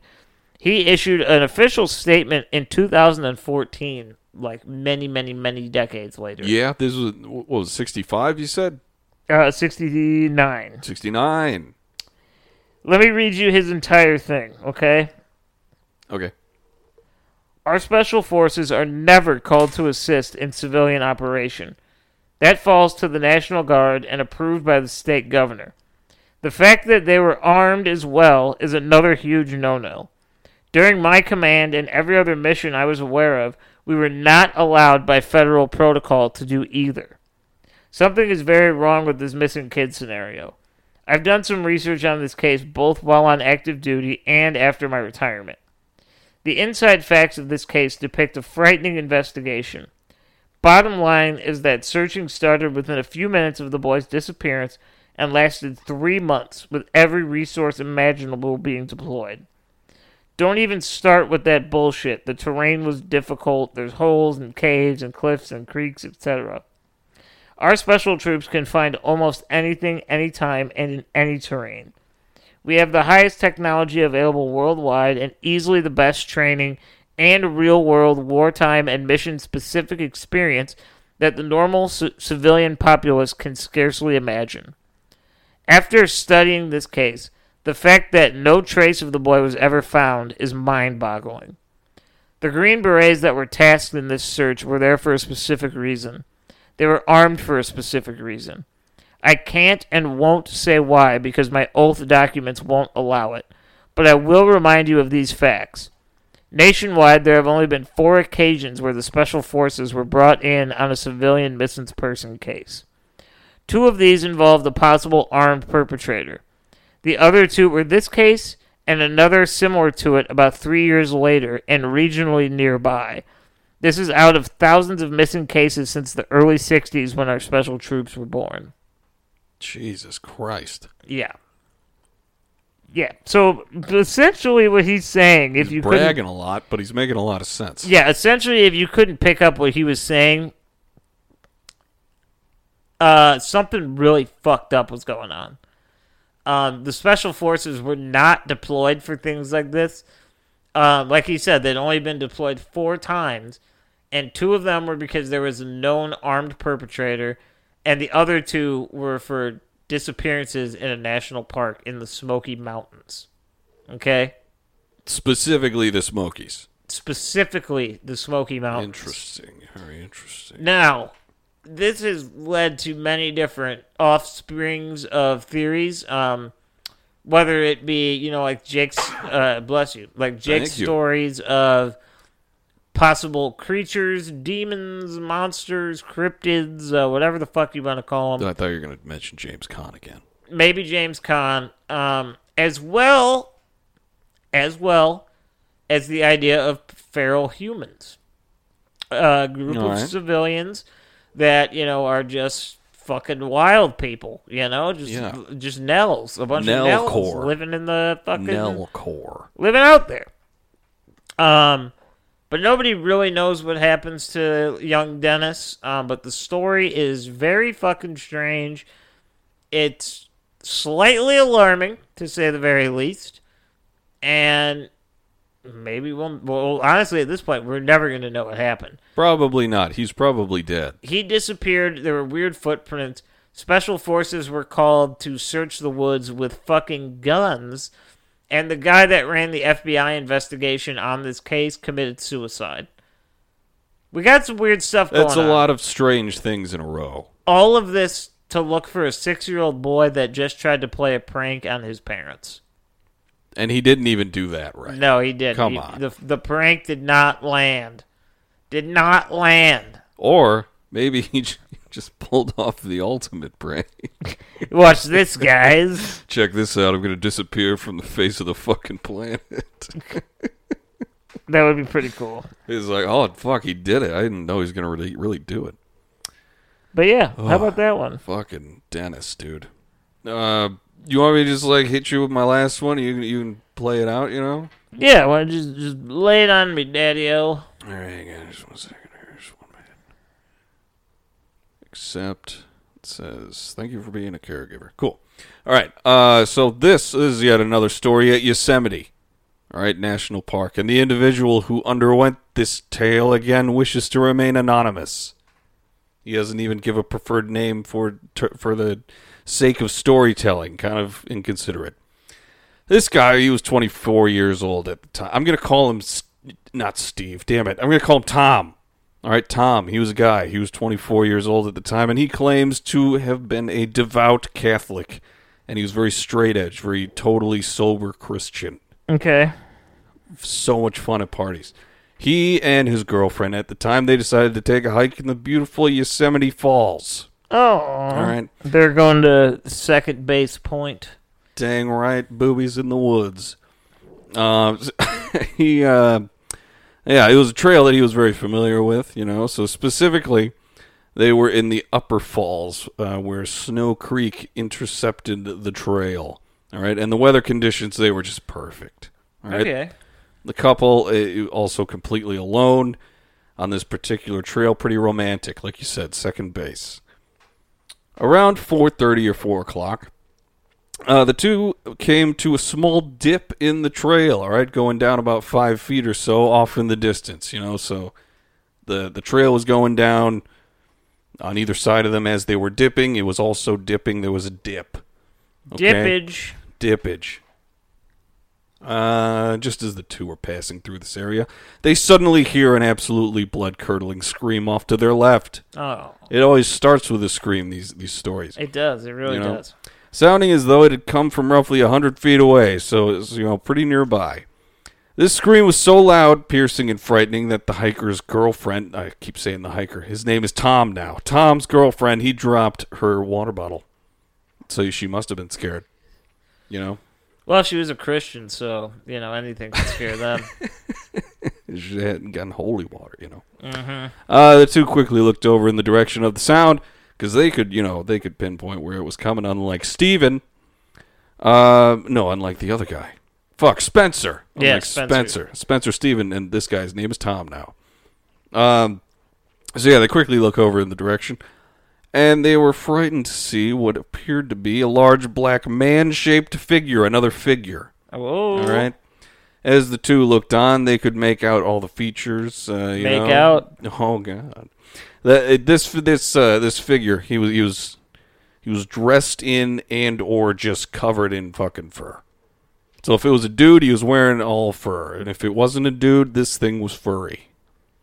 A: he issued an official statement in 2014, like many, many, many decades later.
B: Yeah. This was what was it, 65. You said
A: Uh, 69.
B: 69.
A: Let me read you his entire thing, okay?
B: Okay.
A: Our special forces are never called to assist in civilian operation. That falls to the National Guard and approved by the state governor. The fact that they were armed as well is another huge no no. During my command and every other mission I was aware of, we were not allowed by federal protocol to do either. Something is very wrong with this missing kid scenario. I've done some research on this case both while on active duty and after my retirement. The inside facts of this case depict a frightening investigation. Bottom line is that searching started within a few minutes of the boy's disappearance and lasted three months, with every resource imaginable being deployed. Don't even start with that bullshit. The terrain was difficult, there's holes and caves and cliffs and creeks, etc. Our special troops can find almost anything, anytime, and in any terrain. We have the highest technology available worldwide and easily the best training and real world wartime and mission specific experience that the normal c- civilian populace can scarcely imagine. After studying this case, the fact that no trace of the boy was ever found is mind boggling. The Green Berets that were tasked in this search were there for a specific reason. They were armed for a specific reason. I can't and won't say why because my oath documents won't allow it, but I will remind you of these facts. Nationwide, there have only been four occasions where the special forces were brought in on a civilian missing person case. Two of these involved a possible armed perpetrator. The other two were this case and another similar to it about three years later and regionally nearby. This is out of thousands of missing cases since the early 60s when our special troops were born.
B: Jesus Christ.
A: Yeah. Yeah. So essentially, what he's saying, if
B: He's
A: you couldn't-
B: bragging a lot, but he's making a lot of sense.
A: yeah, essentially, if you couldn't pick up what he was saying, uh, something really fucked up was going on. Um, the special forces were not deployed for things like this. Uh, like he said, they'd only been deployed four times, and two of them were because there was a known armed perpetrator, and the other two were for disappearances in a national park in the Smoky Mountains. Okay?
B: Specifically the Smokies.
A: Specifically, the Smoky Mountains.
B: Interesting. Very interesting.
A: Now, this has led to many different offsprings of theories. Um, whether it be, you know, like Jake's, uh, bless you, like Jake's
B: you.
A: stories of possible creatures, demons, monsters, cryptids, uh, whatever the fuck you want to call them
B: I thought you were going to mention James Conn again.
A: maybe James Caan, um, as well as well as the idea of feral humans, a group
B: All
A: of
B: right.
A: civilians that you know are just fucking wild people, you know, just
B: Yeah.
A: just Nels, a bunch of
B: Nelcore.
A: Nels living in the fucking
B: Nelcore.
A: living out there. Um, but nobody really knows what happens to young Dennis. Um, but the story is very fucking strange. It's slightly alarming, to say the very least. and maybe we'll, well honestly at this point we're never going to know what happened
B: Probably not. He's probably dead.
A: he disappeared. There were weird footprints. Special forces were called to search the woods with fucking guns. And the guy that ran the FBI investigation on this case committed suicide. We got some weird stuff going
B: That's a
A: on.
B: lot of strange things in a row.
A: All of this to look for a six year old boy that just tried to play a prank on his parents.
B: And he didn't even do that right.
A: No, he didn't.
B: Come
A: He-
B: on.
A: The, the prank did not land. Did not land.
B: Or maybe he j- just pulled off the ultimate prank.
A: Watch this, guys.
B: Check this out. I'm going to disappear from the face of the fucking planet.
A: that would be pretty cool.
B: He's like, oh, fuck, he did it. I didn't know he was going to really, really do it.
A: But yeah, how about that one?
B: Fucking Dennis, dude. Uh, you want me to just, like, hit you with my last one? You, you can play it out, you know?
A: Yeah, well, just just lay it on me, Daddy O.
B: All right, hang on just one second here. Just one minute. Except it says, thank you for being a caregiver. Cool. All right. Uh, so this is yet another story at Yosemite. All right, National Park. And the individual who underwent this tale again wishes to remain anonymous. He doesn't even give a preferred name for ter- for the sake of storytelling. Kind of inconsiderate. This guy, he was 24 years old at the time. I'm going to call him S- not Steve, damn it. I'm going to call him Tom. All right, Tom. He was a guy. He was 24 years old at the time, and he claims to have been a devout Catholic. And he was very straight edge, very totally sober Christian
A: Okay.
B: so much fun at parties. He and his girlfriend at the time they decided to take a hike in the beautiful Yosemite Falls.
A: Oh,
B: All right,
A: they're going to second base point.
B: dang right, boobies in the woods. Uh, he, uh, yeah, it was a trail that he was very familiar with, you know. So specifically, they were in the upper falls uh, where Snow Creek intercepted the trail. All right, and the weather conditions they were just perfect. All right,
A: Okay.
B: The couple uh, also completely alone on this particular trail. Pretty romantic, like you said, second base. Around 4.30 or 4 o'clock, uh, the two came to a small dip in the trail, all right, going down about five feet or so off in the distance, you know, so the, the trail was going down on either side of them as they were dipping. It was also dipping. There was a dip. okay?
A: Dippage.
B: dippage. Uh, just as the two were passing through this area, they suddenly hear an absolutely blood curdling scream off to their left.
A: Oh,
B: It always starts with a scream. These these stories
A: it does. It really
B: You know.
A: does.
B: sounding as though it had come from roughly a hundred feet away, so it was, you know, pretty nearby. This scream was so loud, piercing, and frightening that the hiker's girlfriend I keep saying the hiker, his name is Tom now. Tom's girlfriend, he dropped her water bottle. So she must have been scared. You know?
A: Well, she was a Christian, so you know anything could scare them.
B: she hadn't gotten holy water, you know.
A: Mm-hmm.
B: Uh, the two quickly looked over in the direction of the sound because they could, you know, they could pinpoint where it was coming. Unlike Steven, uh, no, unlike the other guy. Fuck Spencer.
A: Yeah,
B: Unlike
A: Spencer.
B: Spencer. Spencer Steven, and this guy's name is Tom now. Um, so yeah, they quickly look over in the direction. And they were frightened to see what appeared to be a large black man shaped figure, another figure.
A: Oh,
B: All right. As the two looked on, they could make out all the features. Uh, you
A: Make
B: know.
A: out.
B: Oh God. The, it- this this uh, this figure. He was he was he was dressed in and or just covered in fucking fur. So if it was a dude, he was wearing all fur, and if it wasn't a dude, this thing was furry.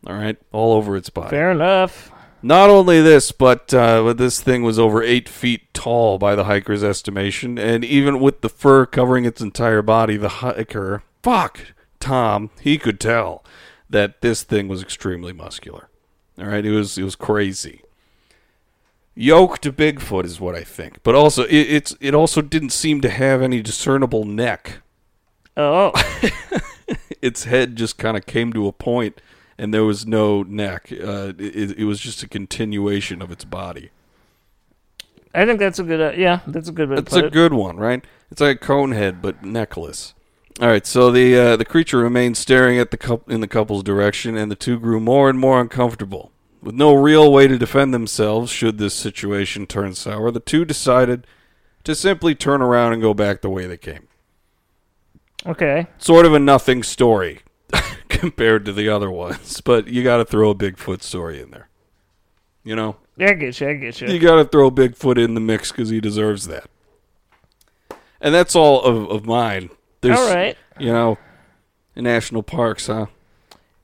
B: All right, all over its body.
A: fair enough.
B: Not only this, but uh, but this thing was over eight feet tall by the hiker's estimation, and even with the fur covering its entire body, the hiker, fuck, Tom, he could tell that this thing was extremely muscular. All right, it was it was crazy. Yoked to Bigfoot is what I think, but also it, it's it also didn't seem to have any discernible neck
A: Oh,
B: its head just kind of came to a point and there was no neck uh, it, it was just a continuation of its body
A: I think that's a good. Uh, yeah, that's a good way to
B: that's
A: put
B: a
A: it.
B: good one right it's like a cone head but necklace all right so the uh, the creature remained staring at the coup in the couple's direction and the two grew more and more uncomfortable with no real way to defend themselves should this situation turn sour the two decided to simply turn around and go back the way they came
A: Okay.
B: sort of a nothing story compared to the other ones, but you got to throw a Bigfoot story in there. You know,
A: Yeah, I get you. I get you.
B: you got to throw Bigfoot in the mix because he deserves that. And that's all of, of mine. There's,
A: All right.
B: You know, national parks, huh?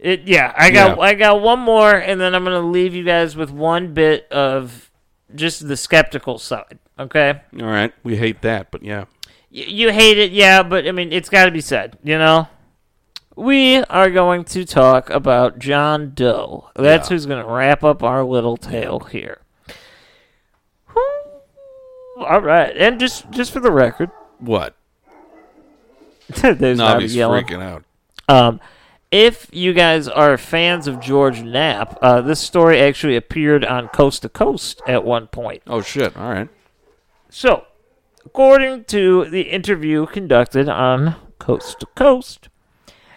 A: It, yeah, I got
B: Yeah.
A: I got one more, and then I'm gonna leave you guys with one bit of just the skeptical side. Okay,
B: All right. We hate that, but yeah.
A: Y- you hate it, yeah, but I mean it's got to be said. You know, we are going to talk about John Doe. That's who's gonna wrap up our little tale here. Whew. All right, and just just for the record,
B: What?
A: there's not
B: Nobby's
A: yelling.
B: freaking out.
A: Um, if you guys are fans of George Knapp, uh, this story actually appeared on Coast to Coast at one point.
B: Oh, shit. All right.
A: So, according to the interview conducted on Coast to Coast,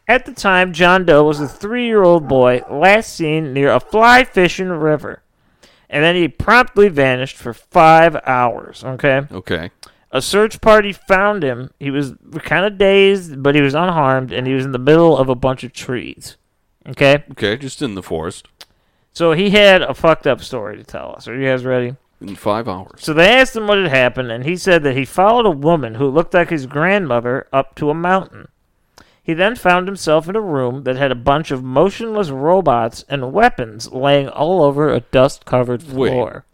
A: at the time, John Doe was a three year old boy last seen near a fly fishing river. And then he promptly vanished for five hours. Okay.
B: Okay.
A: A search party found him. He was kind of dazed, but he was unharmed, and he was in the middle of a bunch of trees. Okay?
B: Okay. Just in the forest
A: So he had a fucked up story to tell us. Are you guys ready?
B: in five hours.
A: So they asked him what had happened, and he said that he followed a woman who looked like his grandmother up to a mountain. He then found himself in a room that had a bunch of motionless robots and weapons laying all over a dust covered
B: Wait.
A: floor.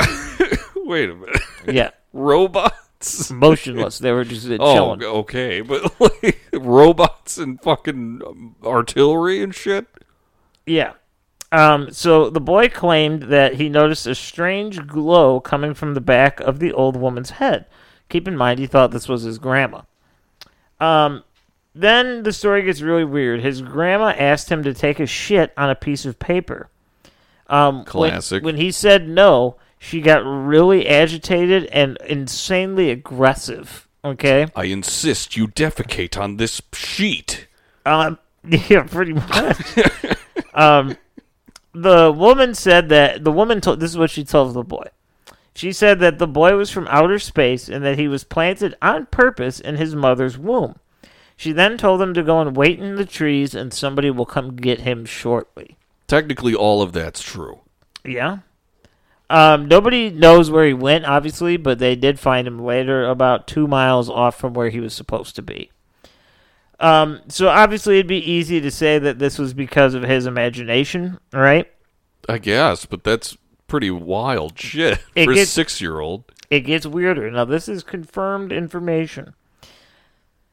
B: Wait a minute.
A: yeah.
B: Robots?
A: Motionless. They were just uh,
B: Oh,
A: chilling.
B: okay, but like robots and fucking um, artillery and shit.
A: Yeah. Um, so the boy claimed that he noticed a strange glow coming from the back of the old woman's head. Keep in mind, he thought this was his grandma. Um, then the story gets really weird. His grandma asked him to take a shit on a piece of paper. Um, when-
B: Classic.
A: When, he said no, she got really agitated and insanely aggressive. Okay.
B: I insist you defecate on this sheet.
A: Um, yeah, pretty much. um, the woman said that the woman told this is what she tells the boy. She said that the boy was from outer space and that he was planted on purpose in his mother's womb. She then told him to go and wait in the trees and somebody will come get him shortly.
B: Technically, all of that's true.
A: Yeah. Um, nobody knows where he went, obviously, but they did find him later, about two miles off from where he was supposed to be. Um, so obviously, it'd be easy to say that this was because of his imagination, right?
B: I guess, but that's pretty wild shit
A: It
B: for a
A: gets-
B: six-year-old.
A: It gets weirder. Now, this is confirmed information.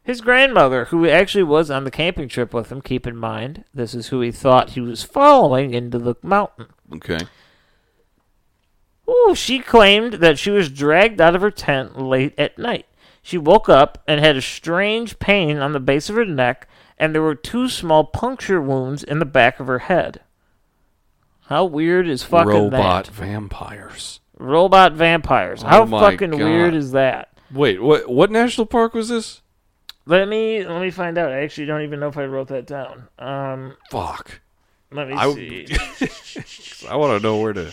A: His grandmother, who actually was on the camping trip with him, keep in mind, this is who he thought he was following into the mountain.
B: Okay,
A: Ooh, she claimed that she was dragged out of her tent late at night. She woke up and had a strange pain on the base of her neck, and there were two small puncture wounds in the back of her head. How weird is fucking
B: robot
A: that?
B: vampires.
A: Robot vampires. How
B: Oh my
A: fucking
B: God.
A: weird is that?
B: Wait, what? What national park was this?
A: Let me let me find out. I actually don't even know if I wrote that down. Um,
B: Fuck,
A: let me
B: I-
A: see.
B: I want to know where to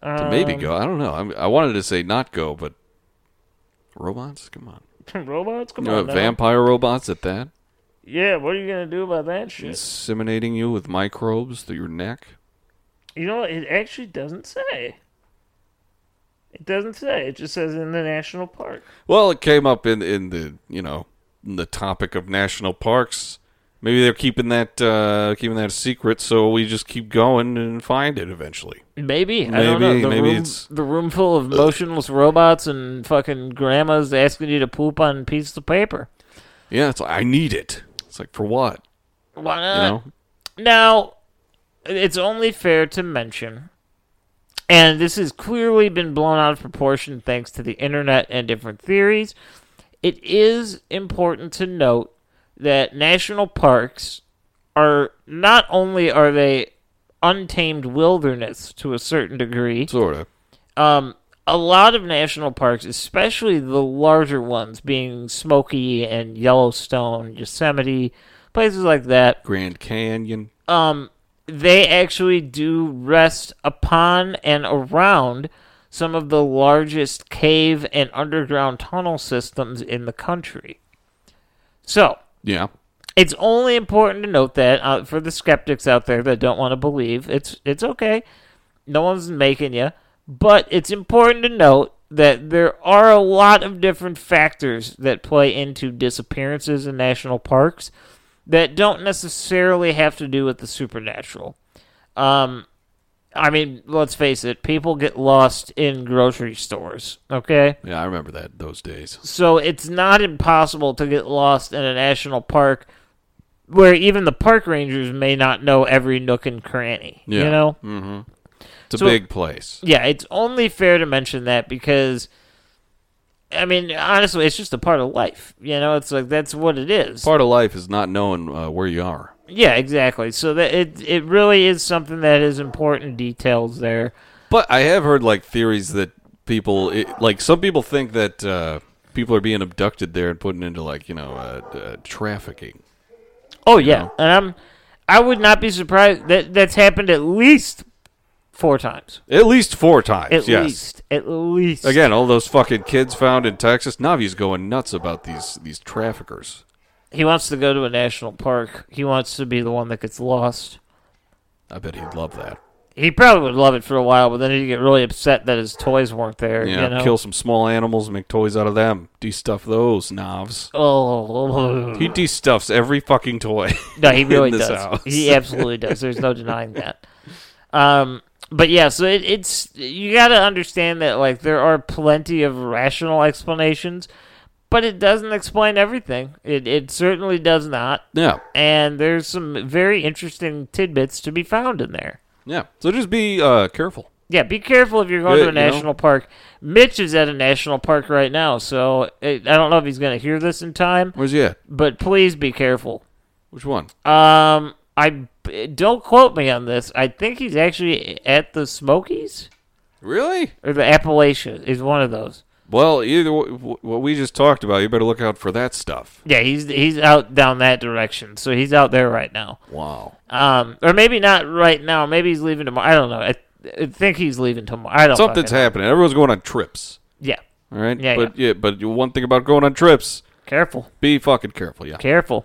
B: to maybe go. I don't know. I'm, I wanted to say not go, but robots. Come on,
A: Robots, come
B: you know,
A: on. now.
B: vampire robots at that.
A: yeah, what are you gonna do about that shit?
B: inseminating you with microbes through your neck.
A: You know what? It actually doesn't say. It doesn't say. It just says in the national park.
B: Well, it came up in in the you know in the topic of national parks. Maybe they're keeping that uh, keeping that a secret, so we just keep going and find it eventually.
A: Maybe. I don't know.
B: Maybe-
A: The,
B: maybe
A: room,
B: it's-
A: the room full of motionless robots and fucking grandmas asking you to poop on pieces of paper.
B: Yeah, it's like, I need it. It's like for what?
A: Why
B: You
A: not?
B: know?
A: Now, it's only fair to mention, and this has clearly been blown out of proportion thanks to the internet and different theories. It is important to note that national parks are not only are they untamed wilderness to a certain degree,
B: Sort of.
A: um, a lot of national parks, especially the larger ones, being Smoky and Yellowstone, Yosemite, places like that
B: Grand Canyon.
A: um, they actually do rest upon and around some of the largest cave and underground tunnel systems in the country. So,
B: Yeah.
A: It's only important to note that uh, for the skeptics out there that don't want to believe, it's it's okay. No one's making you, but it's important to note that there are a lot of different factors that play into disappearances in national parks that don't necessarily have to do with the supernatural. Um, I mean, let's face it, people get lost in grocery stores, okay?
B: Yeah, I remember that those days.
A: So it's not impossible to get lost in a national park where even the park rangers may not know every nook and cranny. You
B: Yeah. Mm.
A: know?
B: It's a
A: So-
B: big place.
A: Yeah, it's only fair to mention that because I mean, honestly, it's just a part of life. You know, it's like that's what it is.
B: Part of life is not knowing uh, where you are.
A: yeah, exactly. So that it it really is something that is important details there.
B: But I have heard like theories that people it, like some people think that uh, people are being abducted there and put into like you know uh, uh, trafficking.
A: Oh yeah, and I'm I would not be surprised that that's happened at least four times.
B: At least four times.
A: At
B: yes.
A: least, at least
B: Again, all those fucking kids found in Texas. Navi's going nuts about these these traffickers.
A: He wants to go to a national park. He wants to be the one that gets lost.
B: I bet he'd love that.
A: He probably would love it for a while, but then he'd get really upset that his toys weren't there.
B: Yeah,
A: you know?
B: kill some small animals, and make toys out of them, destuff those knobs.
A: Oh,
B: He destuffs every fucking toy.
A: no, he
B: in
A: really
B: this
A: does.
B: house.
A: He absolutely does. There's no denying that. Um, but yeah, so it, it's you got to understand that like there are plenty of rational explanations, but it doesn't explain everything. It it certainly does not.
B: yeah,
A: And there's some very interesting tidbits to be found in there.
B: yeah. So just be uh, careful.
A: Yeah, be careful if you're going
B: Yeah,
A: to a
B: you know.
A: national park. Mitch is at a national park right now, so it, I don't know if he's going to hear this in time,
B: Where's he at?
A: but please be careful.
B: Which one?
A: Um, I don't quote me on this. I think he's actually at the Smokies
B: Really?
A: or the Appalachia is one of those.
B: Well, either w- what we just talked about, you better look out for that stuff.
A: Yeah, he's he's out down that direction, so he's out there right now.
B: Wow.
A: Um, or maybe not right now. Maybe he's leaving tomorrow. I don't know. I, I think he's leaving tomorrow. I don't.
B: Something's
A: fucking know.
B: happening. Everyone's going on trips.
A: Yeah,
B: All right.
A: Yeah,
B: but yeah. But one thing about going on trips,
A: careful.
B: be fucking careful. Yeah.
A: careful.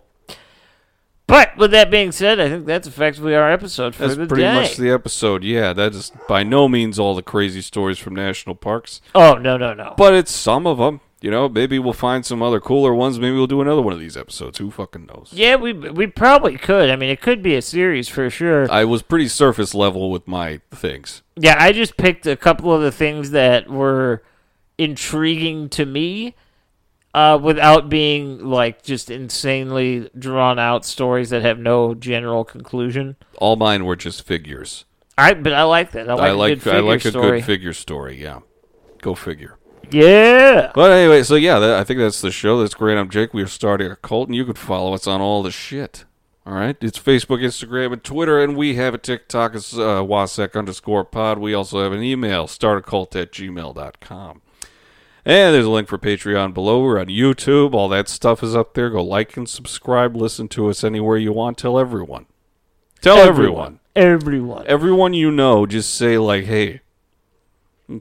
A: But with that being said, I think that's effectively our episode for
B: That's
A: the
B: pretty
A: day.
B: much the episode. Yeah, that is by no means all the crazy stories from national parks,
A: oh no no no!
B: but it's some of them. You know, maybe we'll find some other cooler ones. Maybe we'll do another one of these episodes. Who fucking knows?
A: yeah, we we probably could. I mean, it could be a series for sure.
B: I was pretty surface level with my things.
A: yeah, I just picked a couple of the things that were intriguing to me, uh, without being like just insanely drawn out stories that have no general conclusion.
B: All mine were just figures.
A: I but I like that. I like,
B: I
A: a good
B: like
A: figure
B: I like
A: story.
B: a good figure story. Yeah, go figure.
A: yeah.
B: But anyway, so yeah, that, I think that's the show. That's great. I'm Jake. We are starting a cult, and you can follow us on all the shit. All right, it's Facebook, Instagram, and Twitter, and we have a TikTok. It's uh, wasec underscore pod. We also have an email, startacult at gmail.com. And there's a link for Patreon below. We're on YouTube. All that stuff is up there. Go like and subscribe. Listen to us anywhere you want. Tell everyone. Tell everyone
A: Everyone.
B: everyone you know just say like hey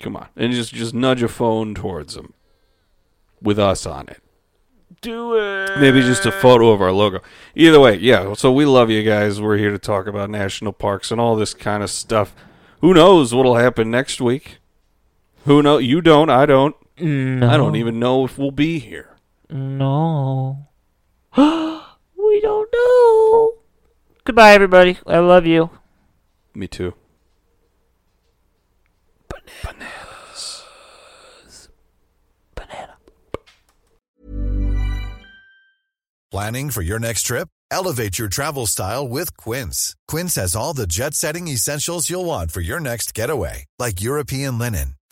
B: come on and just just nudge a phone towards them with us on it
A: Do it.
B: maybe just a photo of our logo either way yeah so we love you guys we're here to talk about national parks and all this kind of stuff who knows what'll happen next week who know you don't i don't i don't even know if we'll be here
A: No. we don't know. Goodbye, everybody. I love you.
B: me too
C: Planning for your next trip? Elevate your travel style with Quince. Quince has all the jet setting essentials you'll want for your next getaway, like European linen,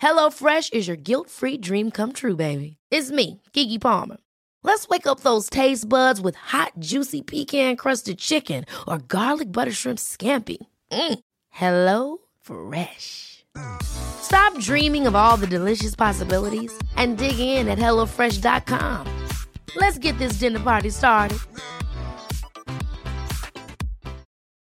D: HelloFresh is your guilt free dream come true, baby. It's me, Kiki Palmer. Let's wake up those taste buds with hot, juicy pecan crusted chicken or garlic butter shrimp scampi. Mm. Hello Fresh. Stop dreaming of all the delicious possibilities and dig in at HelloFresh.com. Let's get this dinner party started.